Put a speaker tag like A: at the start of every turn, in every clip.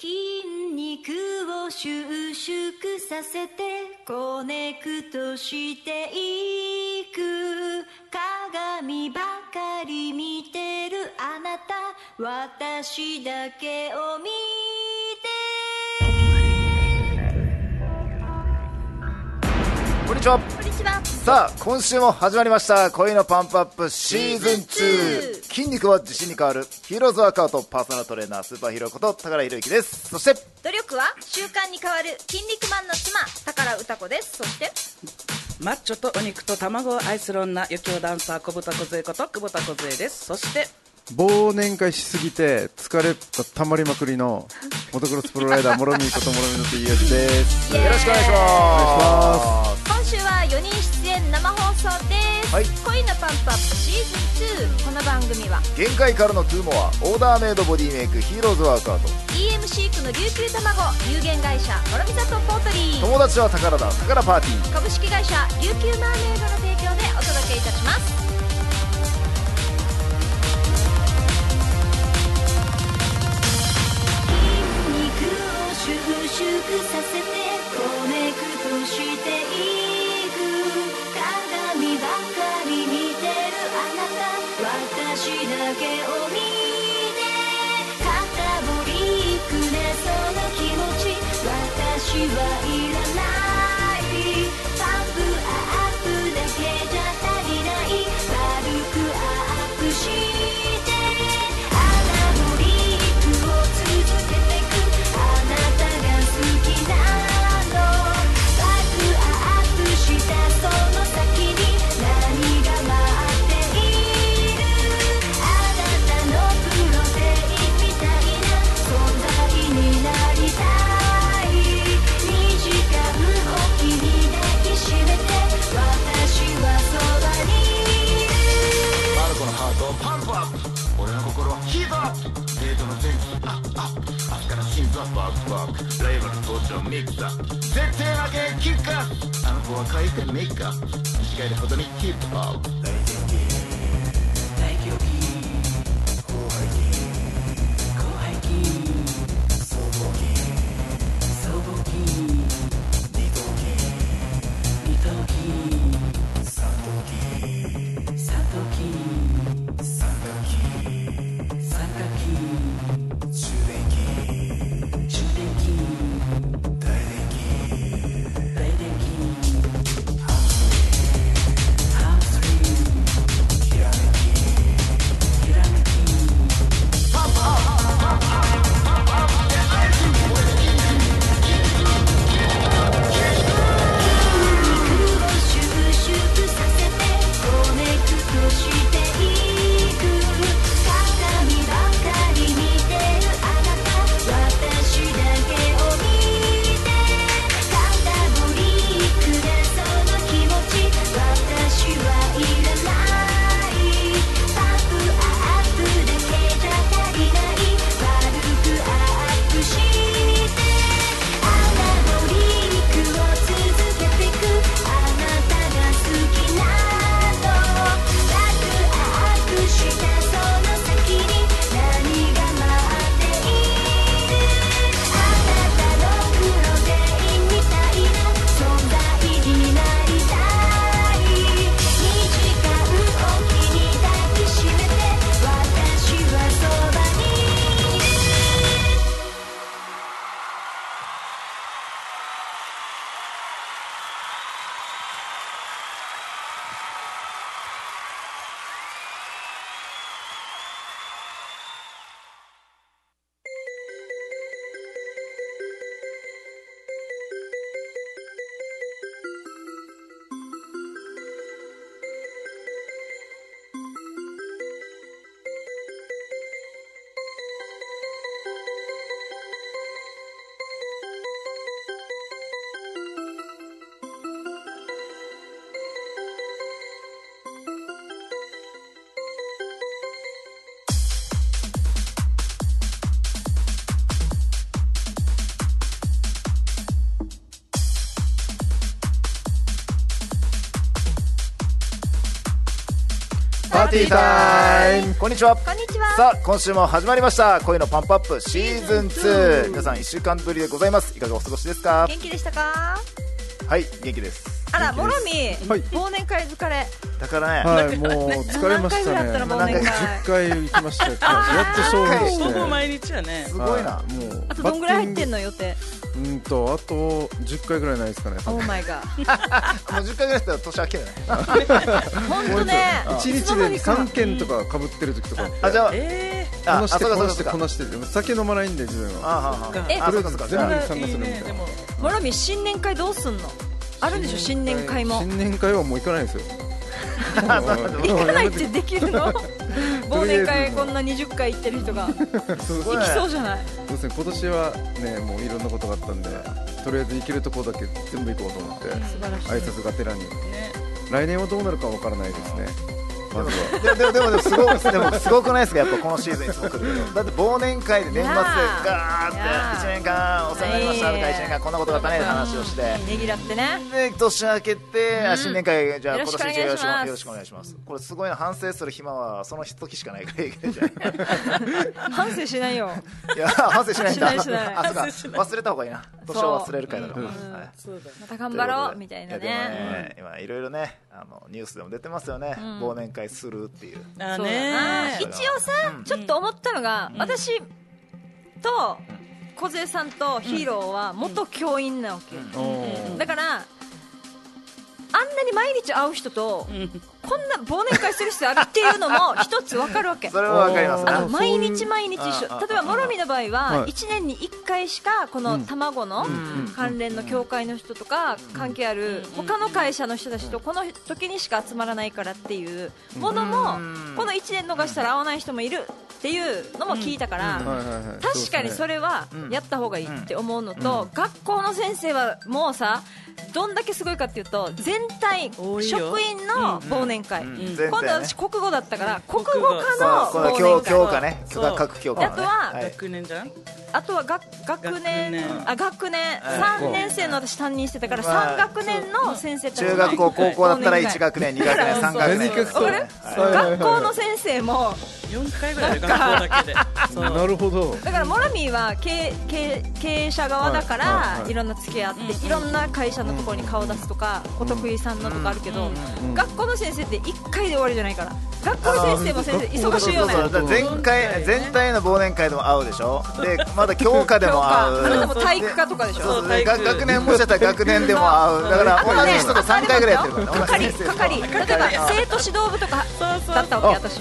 A: 筋肉を収縮させてコネクトしていく鏡ばかり見てるあなた私だけを見
B: こんにちは
A: てこんにちは
B: さあ今週も始まりました「恋のパンプアップシーズン2」筋肉は自信に変わるヒーローズワークアウトパーソナルトレーナースーパーヒーローこと高良博之ですそして
A: 努力は習慣に変わる筋肉マンの妻宝歌子ですそして
C: マッチョとお肉と卵を愛する女余興ダンサー小豚小杖こと久保田小杖ですそして
D: 忘年会しすぎて疲れがたまりまくりのモトクロスプロライダーもろみこともろみの T 吉です
B: よろしくお願いしま
A: 今週は4人出演生放送です、
B: はい
A: 恋のパンプアップシーズン2この番組は
B: す限界からのトゥーモアオーダーメイドボディメイクヒーローズワークアウト
A: EM シークの琉球卵有限会社諸見里ポートリー
B: 友達は宝だ宝パーティー
A: 株式会社琉球マーメイドの提供でお届けいたします肉を収縮させてコネクトしていく鏡ばかり見てるあなた私だけを見て肩ぼりくねその気持ち私はいらないパンプアップだけじゃ足りない軽くアップしてアナボリックを続けてくあなたが好きなのバックアップしたその先に何が待っているあなたのプロテインみたいな存在になりたい2時間おきに抱きしめて私はそばにいる
E: マルコのハートをパンプアップ俺の心はヒートアップデートのセンスアップアップ明日から心臓バックバックライバル登場ミックスアップ絶対負けキックアップあの子は回転メイクアップ短いほどにキープアップ
C: 大狂気総合気二頭気三頭気三角気中電気大電気ハムストリング
B: パーティータイムこんにちは
F: こんにちは
B: さあ今週も始まりました恋のパンプアップシーズン2皆さん1週間ぶりでございますいかがお過ごしですか
F: 元気でしたか
B: はい元気です
F: あらも
B: 元
F: ろ
B: 気で
F: み
D: はい
F: 忘年会疲れ
B: すだからね、
D: はい、もう疲れましたね。
F: 何回ぐ
B: らいやった
D: 10回行きましたよ。やっと消費して。
C: ほぼ毎日やね
B: すごいな
D: はもう
F: あとどんぐらい入ってんの予定
D: バッティングうんとあと10回ぐらいないですかね。
F: オーマイガ
B: も
F: ー
B: う10回ぐらいしたら年明けるね
F: 本当ね
D: 一日で3件とか被ってる時とか
B: あじゃあ
C: え
B: あ
D: こ
B: あ
D: なし
B: そう
D: て
B: か
D: こ
B: そうか
D: なし
B: そ
D: て
B: うか
D: こなしてでも酒飲まないんで自分は。
B: あーはーは
F: え
B: ーあ
D: と
B: そうかそう
D: りあえず
B: か
D: 全
B: じ
D: 部
B: ゃ
D: に
B: あ
D: 参加するみたい
C: いいねで
D: な
C: も。
F: もろみ新年会どうすんのあるでしょ新年会も
D: 新年会はもう行かない ですよ。
F: 行
D: 行
F: かないってできるの忘年会こんな20回行ってる人が
D: そう
F: 行きそうじゃない
D: ですね。今年はねもういろんなことがあったんで、とりあえず行けるとこだけ全部行こうと思って
F: 素晴らしい
D: 挨拶がてらに。
C: えね
D: 来年はどうなるかわからないですね。まずは。
B: でもでもでもでもすごくでもすごくないですかやっぱこのシーズンいつも来るけどだって忘年会で年末で
F: いやー
B: ガーって
F: いやー
B: 1年間お世話になりましたとか
F: はい
B: 1年間こんなことがあったねって話をして
F: ねぎらってね
B: で年明けて、あ新年会じゃあ
F: よ
B: 今
F: ろし
B: 年
F: くお願い
B: 中よろし
F: します
B: くよろしくお願いしますこれすごいな反省する暇はその時しかないからいいけないじゃん
F: 反省しないよ
B: いや 反省しないんだ
F: しないしない
B: あそう か
C: 反省しない
B: 忘れた方がいいな年を忘れる会だから、
D: うん
B: はい
C: そうだ
F: また頑張ろうみたいな
B: やでも
F: ね
B: ね今いろいろねあのニュースでも出てますよね、忘年会するっていう
C: あ
F: そうだ
C: ね
F: な一応さちょっと思ったのが私と梢さんとヒーローは元教員なわけよ
D: お
F: だからあんなに毎日会う人とこんな忘年会する必要あるっていうのも一つ分かるわ け
B: それはわかります
F: あ
B: ね
F: の毎日毎日一
B: あ
F: 緒例えばもろみの場
D: は
F: 合はい1年に1回しかこの卵の関連の協会の人とか関係ある他の会社の人たちとこの時にしか集まらないからっていうものもこの1年逃したら会わない人もいるっていうのも聞いたから
D: はいはいはい
F: 確かにそれはやった方がいいって思うのと、学校の先生はもうさどんだけすごいかっていうと全体
C: 多いよ
F: 職員の忘年会、
B: ん
F: 今度
B: 全体ね
F: 私国語だったから
C: うん
F: 国語
B: さあ
F: 科
B: こ
F: の
B: の
F: 忘
B: 教
F: 年会
B: 教科ね
C: そう
B: 各教科のね
F: あとは
B: はい
C: 学年じゃん
F: あとは学
C: 学
F: 学年
C: 年
F: あ学年
B: い
F: 3年生の私担任してたから
B: うわ
F: 3学年の先生たち
B: 中学校高校だったら
F: 忘年会
B: 1学年2学年3学年
D: そうそう
F: わか
D: は
F: る
D: いはいはい
F: 学校の先生も
C: 4回ぐらいある学校だけでそう
D: なるほど。
F: だからモラミーは経営経営経営者側だから、
D: はい
F: い
D: はいはい
F: ろんな付き合いあって、いろんな会社のところに顔出すとか、お得意さんのとかあるけど、
D: ん
F: 学校の先生って1回で終わりじゃないから学校の先生も先生
D: あー
F: 忙しいよね
B: そうそうそうだから前回全体の忘年会でも会うでしょでまだ教科でも会う
F: あなたも体育科とかでし
B: そう
F: ょ
B: そう
C: 体育
B: 学学年もしかしたら学年でも会うだから同じ人と3回ぐらいやってるからね同じ
F: 係
B: 先生と
F: 係例えば生徒指導部とか
C: そうそう
F: だったわけ私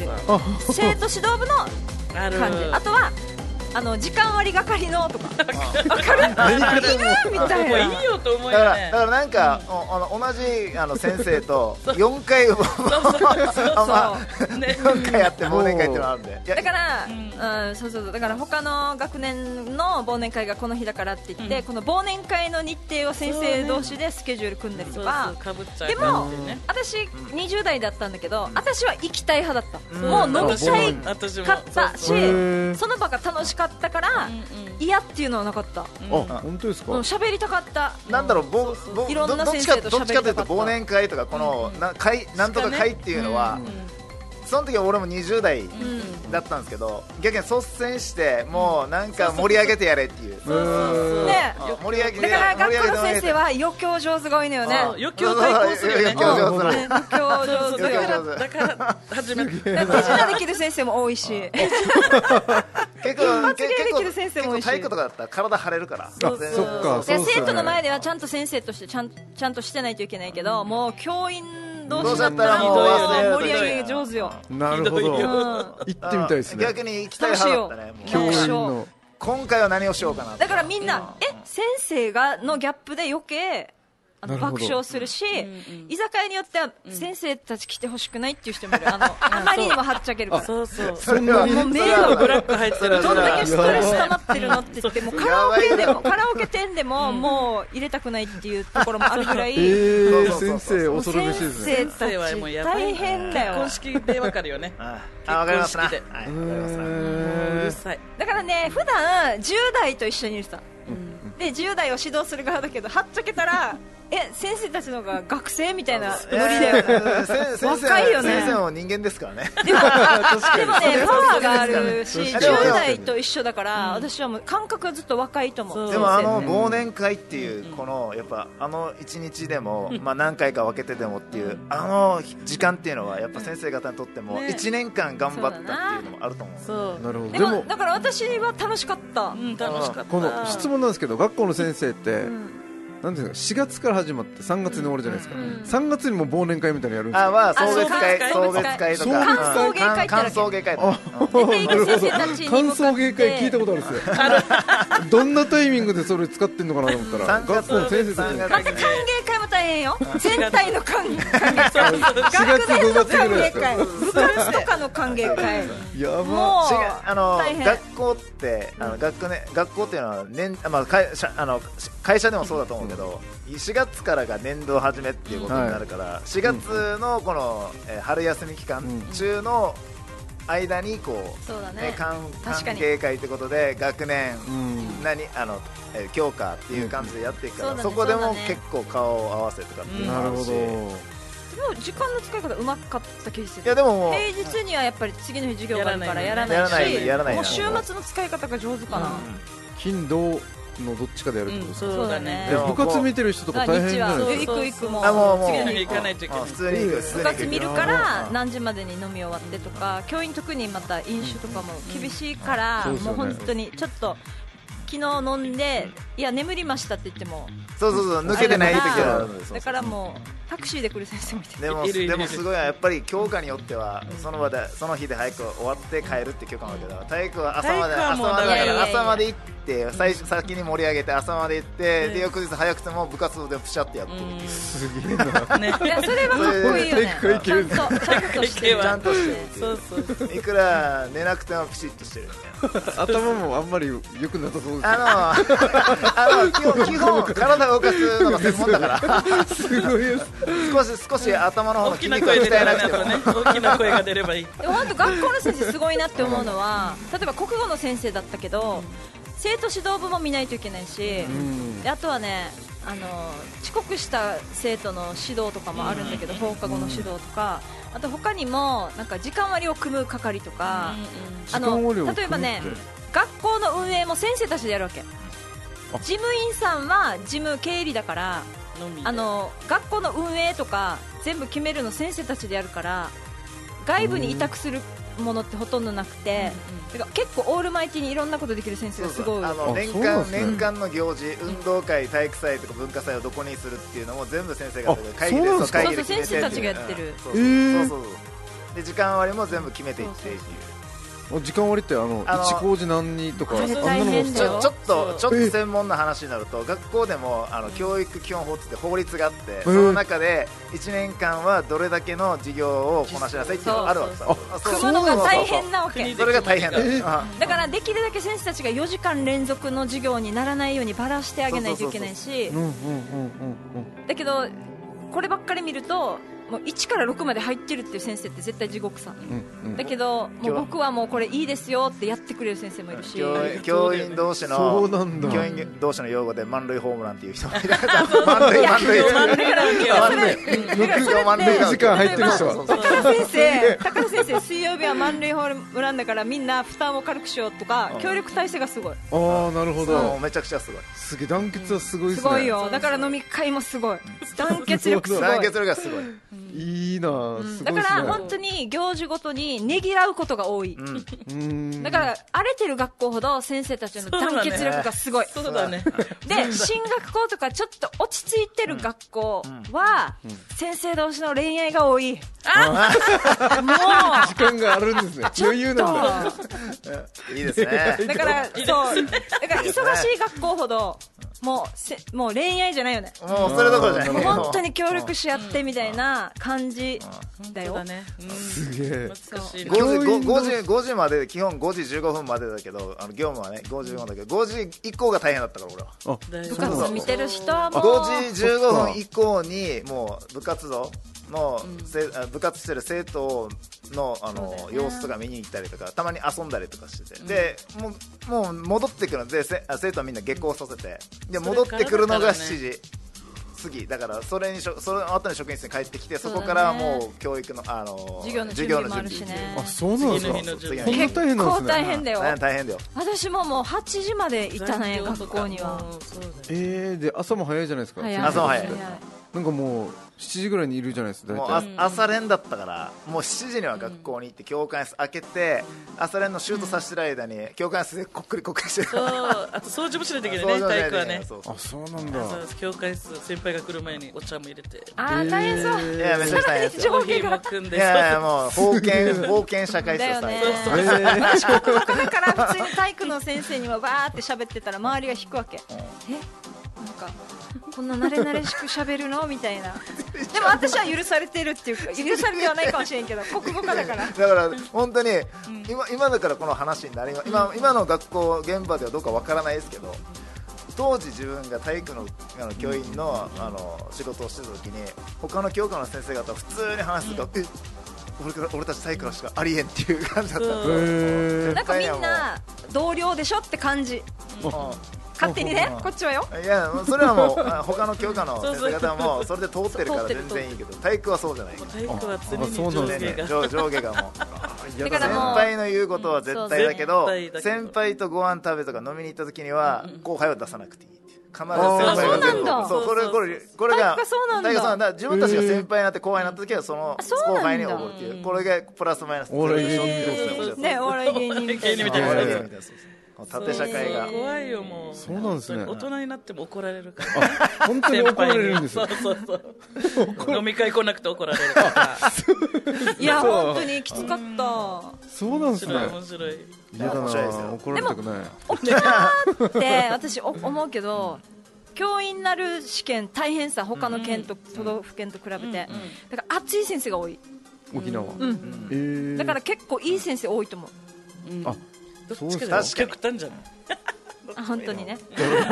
F: 生徒指導部の
C: ある
F: 感じあとはあの時間割係のとか分かるいるみたい
C: もう
F: ない
C: いよと思う
B: だからだ
C: よね
B: からなんか、おあの同じあの先生と4回も あまあ
C: ね
B: 4回やって忘年会っていうのがあるんでいや
F: だから、うんそうそうそうだから他の学年の忘年会がこの日だからって言って、この忘年会の日程を先生同士でスケジュール組んだりとか。
C: そうそう被っちゃう
F: でも
C: 感じね、
F: 私20代だったんだけど、私は行きたい派だった、もう飲みたいか
C: 私も
F: ったし
C: そうそう
D: へー
F: その場が楽しかったから嫌っていうのはなかった
D: あ、本当です
F: も
D: か。
F: う喋りたかった
B: なんだろう、ぼ、ぼ、
F: いろ
B: ど
F: んな
B: どっ
F: 先
B: ちか、
F: 生と
B: どっちかというと、
F: 喋りたかった
B: 忘年会とか、この、な、会、なんとか会っていうのは。その時は俺も20代だったんですけど、逆に率先して、もうなんか盛り上げてやれっていう。
D: う
F: ね
D: ーん
B: あ盛り上げて
F: だから
B: 盛り上
F: 学
B: げ
F: 校
B: て
F: の
B: 盛り上げ
F: 先
B: て
F: 生は余興上手が多いのよね
C: そう余興対抗するよね
B: 余興上手な
F: ね余興上手
B: 余興
F: よ
B: 上手
C: だからだから始め
F: で手品できる先生も多いし
B: 結
F: 一
B: 構
F: 発芸できる先生も多い
B: 結
F: し
B: 構体育とかだったら体腫れるから
D: あ、そっか。
F: いや
D: そうっす
F: 生
D: よね
F: 徒の前ではちゃんと先生としてちゃんちゃんとしてないといけないけど、もう教員同士だったらもう
C: どうせだったらもう
F: 盛り上げ上手よ、
D: なるほど。
C: ひどいよ
D: 行ってみたいですね。
B: 逆に行きたい派だったね
F: 楽しい
B: もう
F: よ
D: 教員の。
B: 今回は何をしようかな
F: だからみんな、え先生がのギャップで余計あの
D: なるほど
F: 爆笑するし、居酒屋によっては先生たち来てほしくないっていう人も いる、あのあまりにもはっちゃけるから。
C: そうそう
B: それは
F: もう迷惑
C: ブラック入ってる
F: どんだけストレス溜
C: だ
F: まってるのって言ってもうカラ オケでもカラオケ店でももう入れたくないっていうところもあるぐら い
D: えー、
B: そうそうそう
D: 先生恐るべしですね。
F: 先生たち大変だよ
C: 結婚式でわかるよね
B: ああわかりますなは
C: 結
B: い
C: 婚式で
B: わかりますな
C: う
D: え
C: る
D: ー
C: さい
F: だからね普段10代と一緒にいるさ、で10代を指導する側だけどはっちゃけたら え先生たちの方が学生みたいなノリ
B: や
F: だ
B: や
F: よね
B: せ先生
F: 若いよね
B: 先生も人間ですからね
F: でもでもねパワーがあるし
B: 確
F: 10
B: かに
F: 代と一緒だから私はもう感覚はずっと若いと思う
B: でもあの
C: そうです
B: 忘年会っていうこのやっぱあの一日でもまあ何回か分けてでもっていうあの時間っていうのはやっぱ先生方にとっても
F: ね
B: 1年間頑張ったっていうのもあると思う
F: そう
D: なるほど
F: で
D: で
F: も
D: も
F: だから私は楽しかった
C: うん楽しかった
D: この質問なんですけど学校の先生って、なんていうんですか4月から始まって3月に終わるじゃないですか、3月にも忘年会みたいなのやるんです
B: あ
D: よ
B: まあ送別会
F: あ
B: 送
F: 送
B: 別
F: 別
B: 会
F: 会
B: とか
F: 送別会
B: 歓送迎会とか
F: 出ていく先生たちに向かって
D: 感想芸会聞いたことあるんですよどんなタイミングでそれ使ってんのかなと思ったら
B: 3
D: 学
B: 月
D: 校の先生たち
B: 3
D: に
B: 月
F: また歓迎会も大変よ全体の歓迎会
C: そうそうそう
D: 4月5月
F: 歓
D: ぐらいで
F: 迎
D: すか
F: 会部活とかの歓迎会
D: やば
F: もう
B: 違うあの
F: 大変
B: 学校ってあの学年学校っていうのは年あまあ会社あのし会社でもそうだと思うけど、4月からが年度始めっていうことになるから、4月のこの、えー春休み期間
D: うん
B: 中の間にこう、
F: そうだね
B: ね関関
F: 確かに
B: 係会ってことで学年、
D: うん
B: 何あの、えー教科っていう感じでやっていくから、
F: うん
B: そこで
F: そうだ
B: も
F: ねそうだね
B: 結構顔を合わせとかっていうのも
D: な
B: あ
D: る
B: る
D: ほ
B: し、
D: ど
F: でも時間の使い方うまかった気がす
B: いや
F: る
B: でももう
F: 平日にはやっぱり次の日授業があるからやら
B: やらな
F: ないいし
B: やらない
F: もう週末の使い方が上手かな、
D: 金土のどっちかでやるってこと
C: うん
D: ですか、
C: そうだね
B: そうだね
D: 部活見てる人とか
F: あ
D: 大変
F: 日
D: じゃない
F: は
D: で
F: え
D: すか
F: 行く行くも
B: あもうもう
F: 次の
C: 次の日行かないといけない
B: あ普通に行く普通
F: 部
B: に行く
F: 活見るから何時までに飲み終わってとか教員特にまた飲酒とかも厳しいから
D: そうです
F: も
D: よ
F: う
D: ね
F: 本当にちょっと昨日飲んでいや眠りましたって言っても
B: そうそうそう抜けてない時は
F: だからもうタクシーで来る先生みたいな
B: でも
C: いるいるい
B: で
C: る
B: もすごいやっぱり教科によってはその場でその日で早く終わって帰るって教科もあるけど体育は朝まで
C: 体
B: 朝
C: 育はもう
B: までだか
F: いやい
B: ら
F: やいや
B: 朝まで行って最初先に盛り上げて朝まで行ってで翌日早くても部活動でプシャってやってるっていう
D: すげえな
C: ね
F: いやそれはかっこいいよね
D: 体育会
F: ち
D: 系
F: ゃ
D: です
F: んとちゃんとしてる
B: ちゃんとしてるって
C: そうそうそう
B: いういくら寝なくてもピシッとしてるみたいな
D: 頭もあんまり良くなさそうですね
B: あのあの基本基本体を動かすのが専門だから
D: すごいです
B: 少し少し頭の方の
C: 大
B: 筋
C: きな
B: 肉を鍛
C: 声
B: え
C: 出た
B: な
C: ら
B: く
C: ね
B: ても
C: あと ね大きな声が出ればいい
F: でも本当学校の先生すごいなって思うのは例えば国語の先生だったけど生徒指導部も見ないといけないし、であとはねあの遅刻した生徒の指導とかもあるんだけど、放課後の指導とか、あと他にもなんか時間割を組む係とか、
D: 時
F: あ
D: 間割を組むっ
F: の
D: て
F: 例えばね学校の運営も先生たちでやるわけ事務員さんは事務経理だから
C: のみで
F: あの学校の運営とか全部決めるの先生たちでやるから外部に委託するものってほとんどなくて、てか結構オールマイティにいろんなことできる先生がすごい
B: あ
D: あ
B: の年
D: そうなん
B: 間
D: ですね
B: 年間の行事、運動会、体育祭とか文化祭をどこにするっていうのも全部先生が
D: あ
B: 会議で
D: そうなんですか
B: 会議で決めて
F: そうそう先生たちがやってる
B: うんそう
D: へー
B: そうそうそうで時間割も全部決めていってっていう
D: 時間割ってあの
B: あの
D: 一工事何にとか
F: あ
D: あん
F: れ
D: なの
F: 大変
D: も
F: だ
B: ち
F: よ
B: ょちょっとちょ
D: う
B: っと専門な話になると学校でもあの教育基本法って法律があって
D: ん
B: その中で1年間はどれだけの授業をこなしなさいっていうのがあるわけさ
D: そう
B: あそう
F: 組むのが大変なわ
C: そうそう
F: け
B: それが大変だ
D: え
B: あ
F: だからできるだけ先生たちが4時間連続の授業にならないようにばらしてあげないといけないし
D: うんうんうんうん
F: だけどこればっかり見るともう1から6まで入ってるっていう先生って絶対地獄さ、
D: うんうん
F: だけども
B: 今
F: う
B: 日
F: 僕はもうこれいいですよってやってくれる先生もいるし
B: 教員教員同士
D: そ
B: の
D: うなんだ
B: 教員同士の用語で満塁ホームランっていう人もいる満塁満塁
C: 満塁だけは
B: 満塁
D: 6時間入ってる人
B: そう
D: は
B: そう
F: 高田先生高田先生水曜日は満塁ホームランだからみんな負担を軽くしようとか協力体制がすご
D: あ
F: い
D: あなるほ
B: も
D: ど
B: うめちゃくちゃすごい
D: すげえ団結はすごいですすね
F: ごいよだから飲み会もすごい団結力すごい
B: 団結力がすごい
D: いいなあすご
F: だ
D: いで
F: か
D: す
F: ら
D: ね
F: 本当に行事ごとにねぎらうことが多い、
D: うーん
F: だから荒れてる学校ほど先生たちの団結力がすごい、
C: そうだね
F: で進学校とかちょっと落ち着いてる学校は、先生同士の恋愛が多い、も
D: 時間があるんですね
F: ちょっと
D: 余裕なんだ
B: いいですね
F: うだからそうだから忙しい学校ほどもうせもう恋愛じゃないよね
B: もうそれどころじゃな
F: もう
B: い
F: 本当に協力し合ってみたいな感じ
C: そ
F: だ
C: う
F: よ
C: だね
D: すげえ
C: うん懐かしい
B: 5
C: ね
B: 時
D: 教員の
B: ,5 時5時まで基本5時15分までだけどあの業務はね5時15分だけど5時以降が大変だったから俺は
D: あ
F: 部
D: そうな
F: 活
D: ん
F: 見
D: だ
F: てる人はもう
B: 5時15分以降にもう部活動の、せあ部活してる生徒のあ
F: そうだ
B: の、
F: よね
B: 様子とか見に行ったりとかたまに遊んだりとかしてて、でもうもう戻ってくるのでせあ生徒はみんな下校させてで
C: それ
B: 戻ってくるの
C: から
B: が
C: だからね
B: 7時。次だからそれにしょそれの後に職員室に帰ってきてそ
F: そうだね
B: こからはもう教育のあの
F: 授業の準備もあるしね
D: あそうなんですか
C: 次の日の
D: こんな大変なんで
F: こ
D: す
F: う
D: ね
B: 大変
F: 大変だよ
B: 大変だよ
F: 私ももう8時までいたね学校には
D: えー、で朝も早いじゃないですか
F: 早い
B: 朝も早い
D: なんかもう7時ぐらいにいるじゃないですか
B: もう
D: 大
B: あ
D: 体
B: 朝練だったからもう7時には学校に行って教官室開けて朝練のシュートさせてる間に教官室でこっくりこっくりしてる
C: そうあと掃除もしないといけな
B: そう
C: いね
B: そう
C: 体育はね
B: そうそう
D: あそうなん
C: そ
D: だ
C: うです教会室先輩が来る前にお茶も入れて
F: あー大変そう
B: いやめちゃくちゃ大変ですよ
C: コーヒーも組 ん
B: い
C: で
B: やいやもう封 建封建社会
F: だ
B: 制
F: よ
B: さ
F: ね
C: そう
D: えー
F: 私国語科だから普通に体育の先生にはわーって喋ってたら周りが引くわけえなんかこんな慣れ慣れしく喋るのみた いなでも私は許されてるっていうか許されてはないかもしれんけど国語科 だから
B: だから本当に今今だからこの話になりま今今の学校現場ではどうかわからないですけど当時自分が体育のあの教員のあの仕事をしてた時に他の教科の先生方普通に話すと、え俺から俺たち体育のしかありえんっていう感じだった
C: そう
D: えー
F: なんかみんな同僚でしょって感じ勝手にねこっちは よ
B: うんいやそれはもうあ他の教科の先生方もそれで通ってるから全然いいけど体育はそうじゃない
C: もう体育は常に
D: あそう
C: 上
D: なん
C: 下
B: ね
C: が
B: 上上下がもう
F: だ
B: 先
F: からも
B: 輩の言うことは絶対だけ
C: うん
B: ど
C: そう絶対だけど
B: 先輩とご飯食べとか飲みに行った時には後輩は出さなくていいっていう必ず先輩が全部
F: あ
B: そ
C: そうう
B: こ
C: な
B: れ
C: んだ
B: これこれが
F: 体育がそうなんだ
B: 体育が自分たちが先輩になって後輩になった時はその
F: そうなんだ
B: 後輩におごるっていうこれがプラスマイナス
D: 俺
B: 全部
D: 芸人
B: そうそうそう
F: うねお笑い芸人みたい
C: 芸人
F: な
C: みたい
B: 俺
C: な
B: 芸人みたいなそうそう縦社会が
C: そう怖いよもう
D: そうなんですね
C: 大人になっても怒られるから
D: 本当に怒られるんです
C: そう
D: よ
C: そうそう飲み会来なくて怒られるから
F: いや本当にきつかった
D: そうなんで
C: 面
D: すね
C: 白い面白い
D: 嫌だ
B: 面白いですよ
D: な怒られたくない
F: 沖縄って私お思うけど教員になる試験大変さ他の県と都道府県と比べてだから熱い先生が多い
D: 沖縄えー
F: だから結構いい先生多いと思う
D: あ
C: どっ
D: そうで
C: ち
D: す
C: か
D: か
C: が極端じゃない
F: あ本当にね
C: ど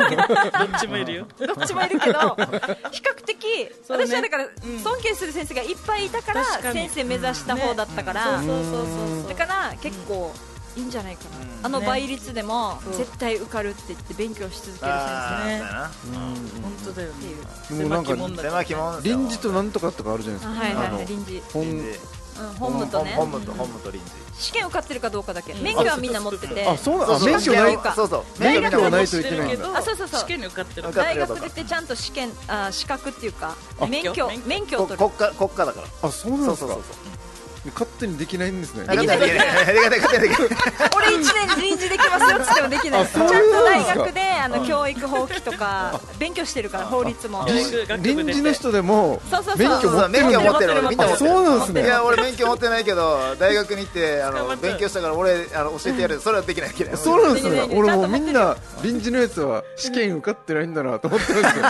C: っちもいるよ
F: どっちもいるけど比較的
C: そうね
F: 私はだから
C: ん
F: 尊敬する先生がいっぱいいたから
C: 確かに
F: 先生目指した方だったから
C: そうそうそうそう
F: だから結構いいんじゃないかなあの
C: ね
F: 倍率でも
C: そう
F: 絶対受かるって言って勉強し続ける先
B: あーそ
C: ね
B: うや
C: 本当だよね
D: うんもうな
C: 狭
D: んか
C: き門
B: な
C: だ
B: 狭き門ですよ
D: 臨時となんとかとかあるじゃないです
F: 生
D: か、
F: はいはい
D: あ
F: はい
D: の
F: 臨時
D: 本
B: 臨時
F: うん本部とね
B: 本部と本部と臨時
F: 試験受かってるかどうかだけ免許はみんな持ってて
D: あそうなんあ免許ない
B: そうそう
D: 免許はないと
C: 知
D: いけ
C: ってる
D: ない
C: け
D: んだ
C: ど
F: あそうそうそう
C: 試験に受かってる
B: 受かっ
F: 大学出てちゃんと試験あ資格っていうか免許
C: 免許
F: 免許を
B: こ
F: 取る
B: 国家国家だから
D: あそうなん
B: そう
D: です
B: そう
D: か
B: そうそう
D: 勝手にできないんですね
B: 勝手にできない勝手にできない
F: 俺1年臨時できますよっつってもできない
D: あ
F: ち
D: そう
F: ゃんと
D: なん
F: 大
D: ですか
F: 学であの教育法規と か勉強してるから法律も
C: あ
F: そう
D: 臨臨時の人でも
F: そうそう
D: 免許
B: そうそう
D: 持ってる
B: 免
D: ん
B: 許持
D: だ
B: ってる俺みんな持ってる
D: あそうなんですね
B: いや俺免許持ってないけど大学に行ってあ
C: 捕ま
B: の
C: っちゃう
B: 勉強したから俺あの教えてやるそれはできないけど
D: そうなんです
F: で
D: ね
F: きない
D: 俺もうみんな臨時のやつは試験受かってないんだなと思ってますよ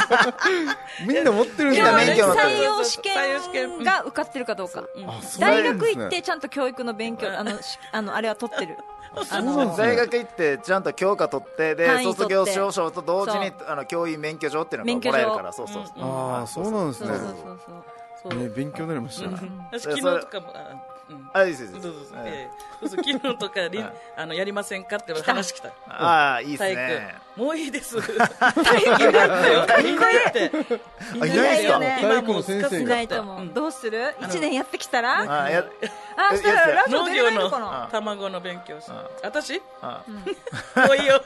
D: みんな持ってるん
B: みんな
D: だ
B: 免許持ってる
F: 採用試験が受かってるかどうか
D: あそうな
F: 大
D: んですね
F: 学行ってちゃんと教育の勉強あのしあのあれは取ってるあ
D: そうなん
F: の
D: ですね
B: 大学行ってちゃんと教科取ってで
F: 単位取って
B: 卒業証書と同時に
F: そ
B: あの教員免許証っていうの
F: 免
B: が
F: 許
B: もらえる
F: 証
B: からそうそう
D: ああそうなんです
F: そう
D: ね
F: そうそうそう
C: そう
D: ね勉強になりました
C: 昨日とかもあうん
B: あいいですいい
C: そう
B: です
C: そうそうええそうそう昨日とかりん
B: はい
C: あのやりませんかって話来た
B: ああいいです
C: 体
B: ね
C: 育もういいです 体 育いないってよ体育い
B: あ
C: ないって
B: いないですか
D: 体育の先生が
F: いないと思うどうする1年やってきたら
B: あや
F: あしたらラジオ
C: 農
F: 出れ
C: 業
F: ないのか
C: の
F: な
C: 卵の勉強し私も
B: あ
C: ういいよ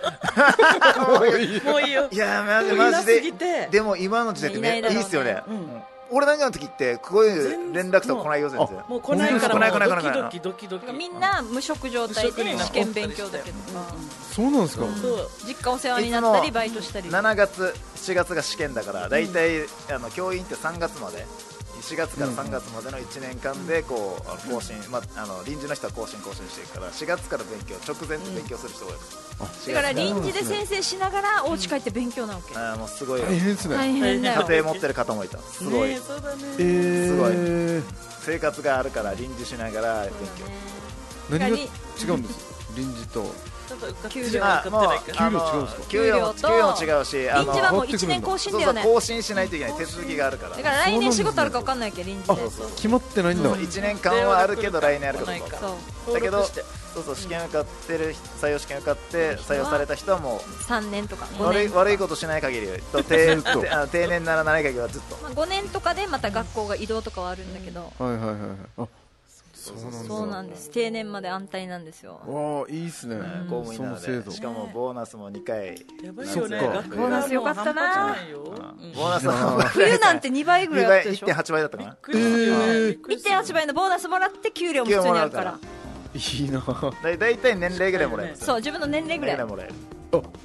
C: もういいよ
B: いやー
C: みん
B: マ
C: な
B: ジ
C: す
B: で
C: ぎて
B: でも今の時代ってめ
F: い
B: い
F: ないだろうね
B: いっすよねうん俺なんかの時ってこういう連絡とか来ないよ全然
C: もう来ないか
B: 来ない来ない来な
C: ら
B: い
C: も
B: 来ないう
C: ドキドキドキドキ
F: みんな無職状態で試験勉強だけど
D: そうなんですか
C: そう
F: 実家お世話になった
B: いつ
F: り
B: も
F: バイトしたり
B: 7月7月が試験だから大体、あの教員って3月まで4月から3月までの1年間でこうあの更新、まあ、あの臨時の人は更新更新してるから4月から勉強直前で勉強する人多いです、
F: だから
B: 4月
F: 臨時で先生しながらお家帰って勉強なわけ
B: あーもうすごいよ
D: 大変ですね
F: 大変だよ
B: 家庭持ってる方もいたすごい、
C: ねえそうだね
D: えー
B: すご生活があるから臨時しながら勉強
D: 何が違うんです臨時と
C: ちょっとうっか
F: 給
C: 給
F: 料
C: 料
B: あ
C: が
B: も
C: も
B: う
C: う
B: あの給料も
F: 給料と
B: 給料も違うしあ
F: 臨
B: の
F: 時はもう1年更新
B: そうそ
F: だよ
B: う
F: ね
B: 更新しないといけない手続きがあるから
F: だから来年仕事あるか分かんないけど臨時
D: あ
F: で
D: 決まってないんだ
B: そう1年間はあるけど来年あるかどう
C: そ
B: か
C: う
F: そう
B: だけ
C: 登
B: ど
C: 録して
B: そうそう試験受かってる採用試験受かって採用された人はも
F: 3年とか
B: う
F: 5
B: 悪い
F: 年
B: 悪いことしない限りと 定定あの定年ならない限りはずっと
F: まあ、5年とかでまた学校が移動とかはあるんだけど、
D: はいはいはいはいあそうなんだ
F: そうなんです定年まで安泰なんですよ
D: わあいいっすね
B: 公務員
D: そ
B: な
D: の
B: の
D: 制
B: で
D: 度
B: しかもボーナスも2回
C: やばい
D: そ
C: よ
D: っ
C: ね
D: か
C: 学
B: ボー
C: 校
B: ナ
F: スよかったな
C: はもう半端じゃいようん
B: ボーナスは
F: 冬なんて2倍ぐらい
B: 2
F: あっ
B: 倍
F: たでしょ
B: 1.8倍だったかな
C: びっくりするよねびっくりする
F: 1.8倍のボーナスもらって給料も普通にある
B: 給
F: から
B: 料もらう
D: いいなあ
B: だだいたい年齢ぐらいもらえるんですよ
F: そう自分の年齢ぐらい
B: 年齢もらえる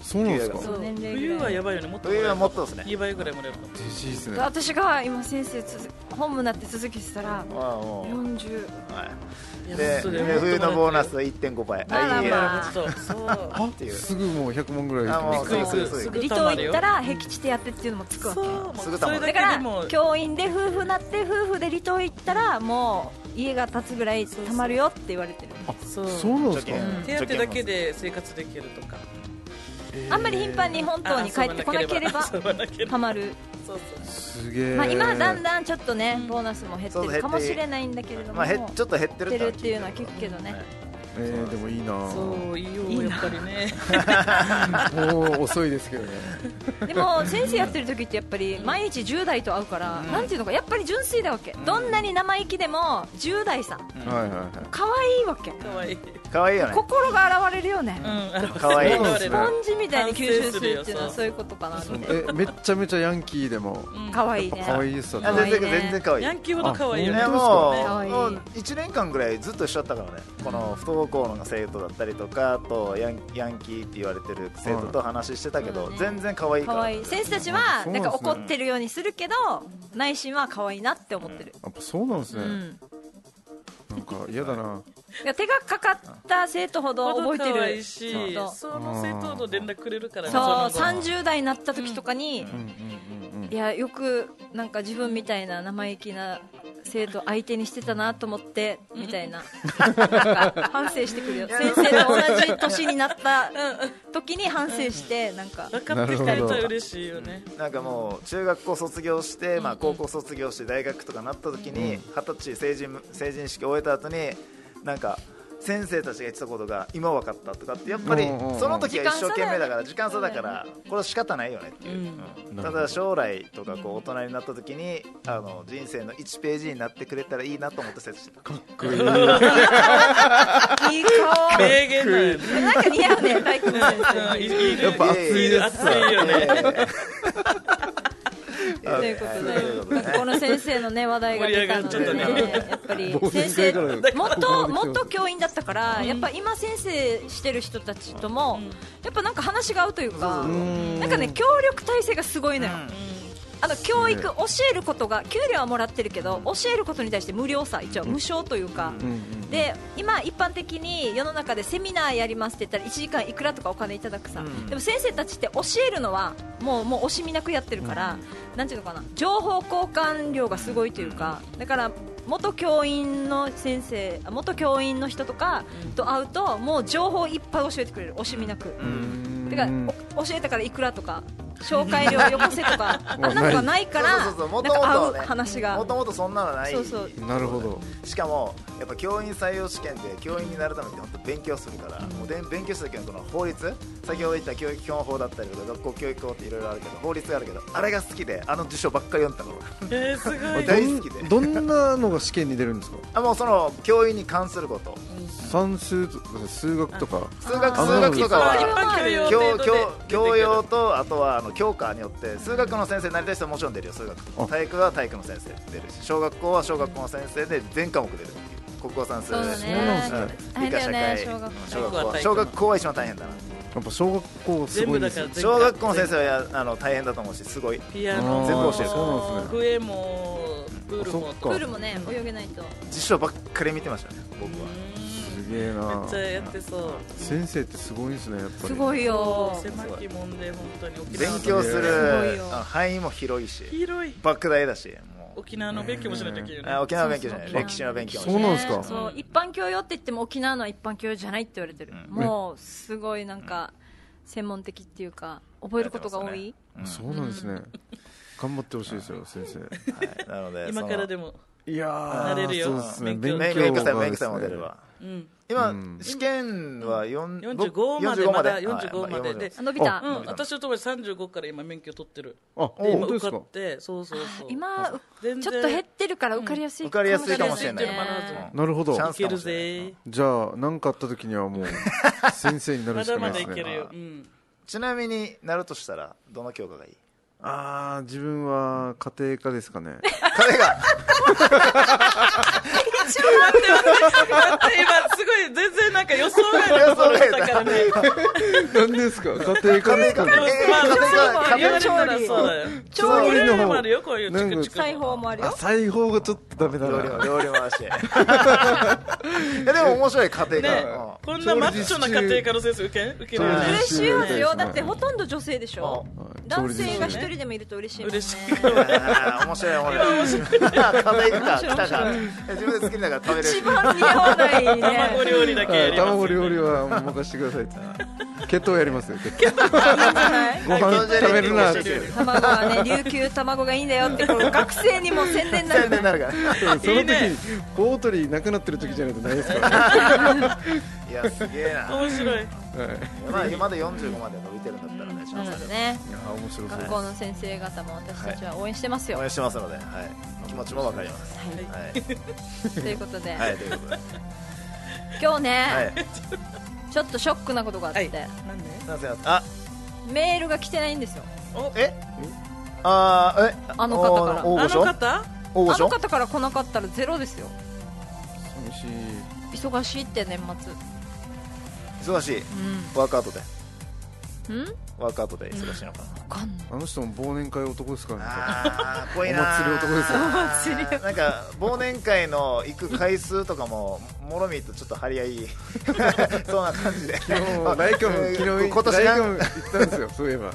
D: そうなんですか
F: そう年齢
C: 冬
F: ぐら
C: はいやばいよねもっと
B: 冬はもっとですね
C: 2倍ぐらいもらえるかも
D: 嬉しいっすね
F: 私が今先生つづ本部になって続けてたら
B: ああもう
F: 40
B: はい
C: いや
B: で
C: そうだよね
B: 冬のボーナスは1.5倍
F: まあまあ
B: あいいや
C: そうそう
D: あ
B: ていう
D: すぐもう100万ぐらいいき
B: あも
D: ま
B: う
D: す
B: そ
D: ね
B: うそうそう
C: すぐ
F: 離
C: 溜
F: 島
C: まる
F: 行
C: よ
F: ったら僻地手やってっていうのもつくわけ
C: そうも
B: すぐ
C: う
B: 溜
C: そ
B: ま
C: れ
B: る
C: だけ
F: だか
C: で
F: ら
C: も
F: 教員で夫婦なって夫婦で離島行ったらもう家が建つぐらい貯まるよって言われてる
C: そう
D: そうなんです
B: 貯
D: か
B: 金
C: 手当てだけで生活できるとか
F: あんまり頻繁に本島に帰ってこなければ
C: 遊ばなければ
F: 貯まる、
C: そうそう
D: すげえ
F: まあ、今はだんだんちょっとねボーナスも減っ
B: そう
F: て
B: 減ってる
F: るかもしれないんだけれども、
B: まあへちょっと減ってる
F: 減ってるっていうの
B: の
F: は聞くけどね、
D: えーでもいいな
C: そういいよやっぱりね
D: もう遅いですけどね
F: でも先生やってる時ってやっぱり毎日10代と会うから、なんていうのかやっぱり純粋だわけ、どんなに生意気でも10代さん
D: はいはいはい
F: 可愛いわけ
C: 可愛い
B: 可愛いよね
F: 心が現れるよね、
C: うん
B: 可愛い
C: 現れ
D: そう
C: る
F: スポンジみたいに吸収するっていうの
C: 反省するよそ
F: は
C: う
F: そういうことかなみたいな
D: えめっちゃめちゃヤンキーでも
F: 可愛いね
D: 可愛いっすよ
B: あ
D: ね
B: 全然全然可愛い
C: ヤンキーほど可愛いよね
B: ね、
D: あ
B: も
D: 本
F: 当です
B: うも
F: か可愛いう
B: 1年間ぐらいずっと一緒だったからね、この不登校の生徒だったりとか、あとヤンヤンキーって言われてる生徒と話してたけど、
F: はい
B: 全然可愛いか
F: 可
B: ら、
F: 愛い先生たちは
D: そう
F: な
D: なんんですね
F: か怒ってるようにするけど内心は可愛いなって思ってる、
D: やっぱそうなんです
F: う
D: ね
F: ん
D: なんか嫌だな
F: だから手がかかった生徒ほど覚えて
C: 可
F: る
C: 愛いし
F: そう
C: その生徒の連絡くれるからね
F: そう
C: その後
F: 30代になった時とかに、
D: うんうんうんうん
F: いやよくなんか自分みたいな生意気な生徒相手にしてたなと思ってみたいななんか反省してくるよ先生と同じ年になった時に反省してな んか
C: 分かってくれたら嬉しいよね
B: なんかもう中学校卒業して、まあ、高校卒業して大学とかなった時に二十歳成人成人式終えた後になんか先生たちが言ってたことが今分かったとかってやっぱり
D: うんうんうん
B: その時は一生懸命だから時間差だからこれは仕方ないよねっていう、うんただ将来とかこう大人になった時にあの人生の1ページになってくれたらいいなと思って接してた
F: いい顔
C: 名言だよね
F: なんか似合うね大輝先生
C: うんいいね
D: やっぱ熱いです
C: 熱いよね
F: ということ
B: ということ
F: で、
B: で
F: なんかこの先生のね話題が出たの
C: 盛
F: で、
C: り上がっちゃ
F: ね
C: っ、
F: やっぱ
D: 忘
F: り先
D: 年会からだよ
F: 生、元元教員だったから、やっぱ今先生してる人たちとも、やっぱなんか話が合うというか、なんかね協力体制がすごいのよ。あの教育教えることが給料はもらってるけど教えることに対して無料さ一応無償というか、で今、一般的に世の中でセミナーやりますって言ったら1時間いくらとかお金いただくさ、でも先生たちって教えるのはもうもう惜しみなくやってるから、なんていうのかな情報交換量がすごいというか、だから元教員の先生あ元教員の人とかと会うともう情報いっぱい教えてくれる惜しみなく。てかお教えたからいくらとか紹介料よこせ とかあんなことはないから
B: そうそうそう
F: なん
B: 元
F: か
B: 々
F: 合
B: は
F: う
B: ね
F: 話が
B: もともとそんなのない
F: そうそう
D: なるほど
B: しかもやっぱ教員採用試験で教員になるために本当勉強するから、もうで勉強した時のこの法律先ほど言った教育基本法だったりとか学校教育法っていろいろあるけど法律があるけどあれが好きであの辞書ばっかり読んだから俺
C: えーすごい
B: 大好きで
D: どんどんなのが試験に出るんですか
B: あもうその教員に関すること
D: 算数と数学とか
B: 数学
D: あ
B: 数学とか
C: 一
B: は
C: 般教
B: 教
C: 養程度で
B: 教教養とあとはあの教科によって数学の先生になりたい人はもちろん出るよ数学と
D: あ
B: か体育は体育の先生出るし小学校は小学校の先生で全科目出る国語算数
F: そうだ
D: そうなんですね
F: ね大変だよね小学
B: 小学
C: 小学校は
B: 校
C: 体育
B: 小学校は一番大変だな
D: やっぱ小学校す
C: 全
D: ご
C: 部
D: いで
C: だ
D: す
C: から
D: よね
C: 全部
B: 小学校の先生はやあの大変だと思うしすごい
C: ピア
D: あ
C: ノ
D: ー
B: 全部教える
D: そうなんです
C: 笛
D: ね
C: もプール
D: あ
C: も
D: そっ
F: プ
D: か
F: ールもね泳げないと
B: 辞書ばっかり見てましたね僕は
D: すげえ
C: め
D: な
C: っちゃやってそう
D: 先生ってすごいんですねやっぱり
F: すごいよ
C: そう狭き門で本当に沖縄
B: 勉
C: の
B: 強す
D: す
B: る
F: ごいよ
B: あの範囲も広いし
C: 広い
B: 莫大だしも
C: 沖縄の勉強もしないといけないよね
B: あ沖縄の勉強じゃない
F: そうそう
B: 歴史の勉強もしな
D: そう
B: い
D: なんですか
F: そう一般教養って言っても沖縄のは一般教養じゃないって言われてる、もうすごいなんか専門的っていうか覚えることが多い、
D: そうなんですね頑張ってほしいですよ先生
B: はいなので
C: 今からで
B: も
C: も
D: いやー
C: なれるよ
D: そうですね
C: 勉強
B: メイ
D: 勉
B: クメイ
D: 強
B: クさん
D: が
B: メイ
D: で
B: ク
D: す
B: さん
D: ね
B: も出れば
C: うん
B: 今、
D: うん
B: 試験は4
C: 45までまだ45までで
F: あ伸びた、
D: あ
C: うん、私の友達35から今免許取ってる
D: あ
C: で今
D: 本当で
C: 受
D: す
C: か
D: か
C: ってそうそうそう
F: 今
C: 全然
F: ちょっと減ってるから受かりやすい、
B: 受かりやすいかもしれない
C: 受かりやすいっていうのもあるはず
D: なるほど
B: チャン
C: いけるぜ
D: じゃあ何かあった時に はもう先生になる
C: ま
D: しか
C: だ
D: な
C: まだ
D: いで
C: い
D: すね
C: けるよ、うん、
B: ちなみになるとしたらどの教科がいい
D: ああ自分は家庭科ですかね
B: 彼が
C: だって今すごい全然なんか予想外の予想だったからね
D: 何ですか家庭科ですかね
B: 家庭科ね
C: まあ
B: 家庭科
C: そう言われたらそうだよ
D: 調
C: こう
D: 理の方
C: いうのもあるよこういうチクチク
F: 裁縫もある
D: あ
F: よ
D: 裁縫がちょっとダメだ
B: 料理
D: な
B: 料理回しいやでも面白い家庭
C: ね
B: が、
C: こんなマッチョな家庭科の先生受け受けるよ
D: 調理
C: ね
D: 実
F: 嬉しいはずよ
D: そうですね
F: だってほとんど女性でしょ
D: い
F: 男性が一
D: 調理
F: 人でもいると嬉しいもんね
C: 嬉しい
B: うん面白い面白い家庭科来たかえ自分で好きだから食べれる
F: 一番似合わないね
C: 卵料理だけやります
D: 卵料理はもう任せてください って血糖やりますよ血糖ご飯食べるなって
F: 卵はね琉球卵がいいんだよってこう学生にも宣伝にな る
B: 宣
F: よね
B: 伝になるから
D: その時
C: いいね
D: に大鳥なくなってる時じゃないとないですからね
B: いやすげえな
C: 面白い
B: まあまだ45まで伸びてるんだったらねちゃ
F: なんの
B: と
F: でね
D: いやー面白そう
F: 学校の先生方も私たちは応援してますよ、
B: 応援してますので、はい、気持ちもわかりますはい、
F: ということで、
B: はい、ということで、
F: 今日ね、
B: はい、
F: ちょっとショックなことがあって、
C: はいなんで
B: なんせあ
F: メールが来てないんですよ
C: お
B: えあーえ
F: あの方から
B: お大
C: あ
B: 御所
C: の方
B: 大御
F: あの
B: 所
F: 方から来なかったらゼロですよ
D: 寂しい
F: 忙しいって年末
B: 忙しい
F: うん
B: ワークアウトで
F: うん
B: ワークアウトで忙しいのかな
F: 分かんない
D: あの人も忘年会男ですからね
B: あーぽい
D: お
B: な
D: 祭り男ですよ
B: お祭りなんか忘年会の行く回数とかももろみとちょっと張り合い そんな感じで
D: 昨日大
B: え
D: 根
B: ー
D: 昨日
B: 今年
D: 大
B: な
D: 根行ったんですよそうい えば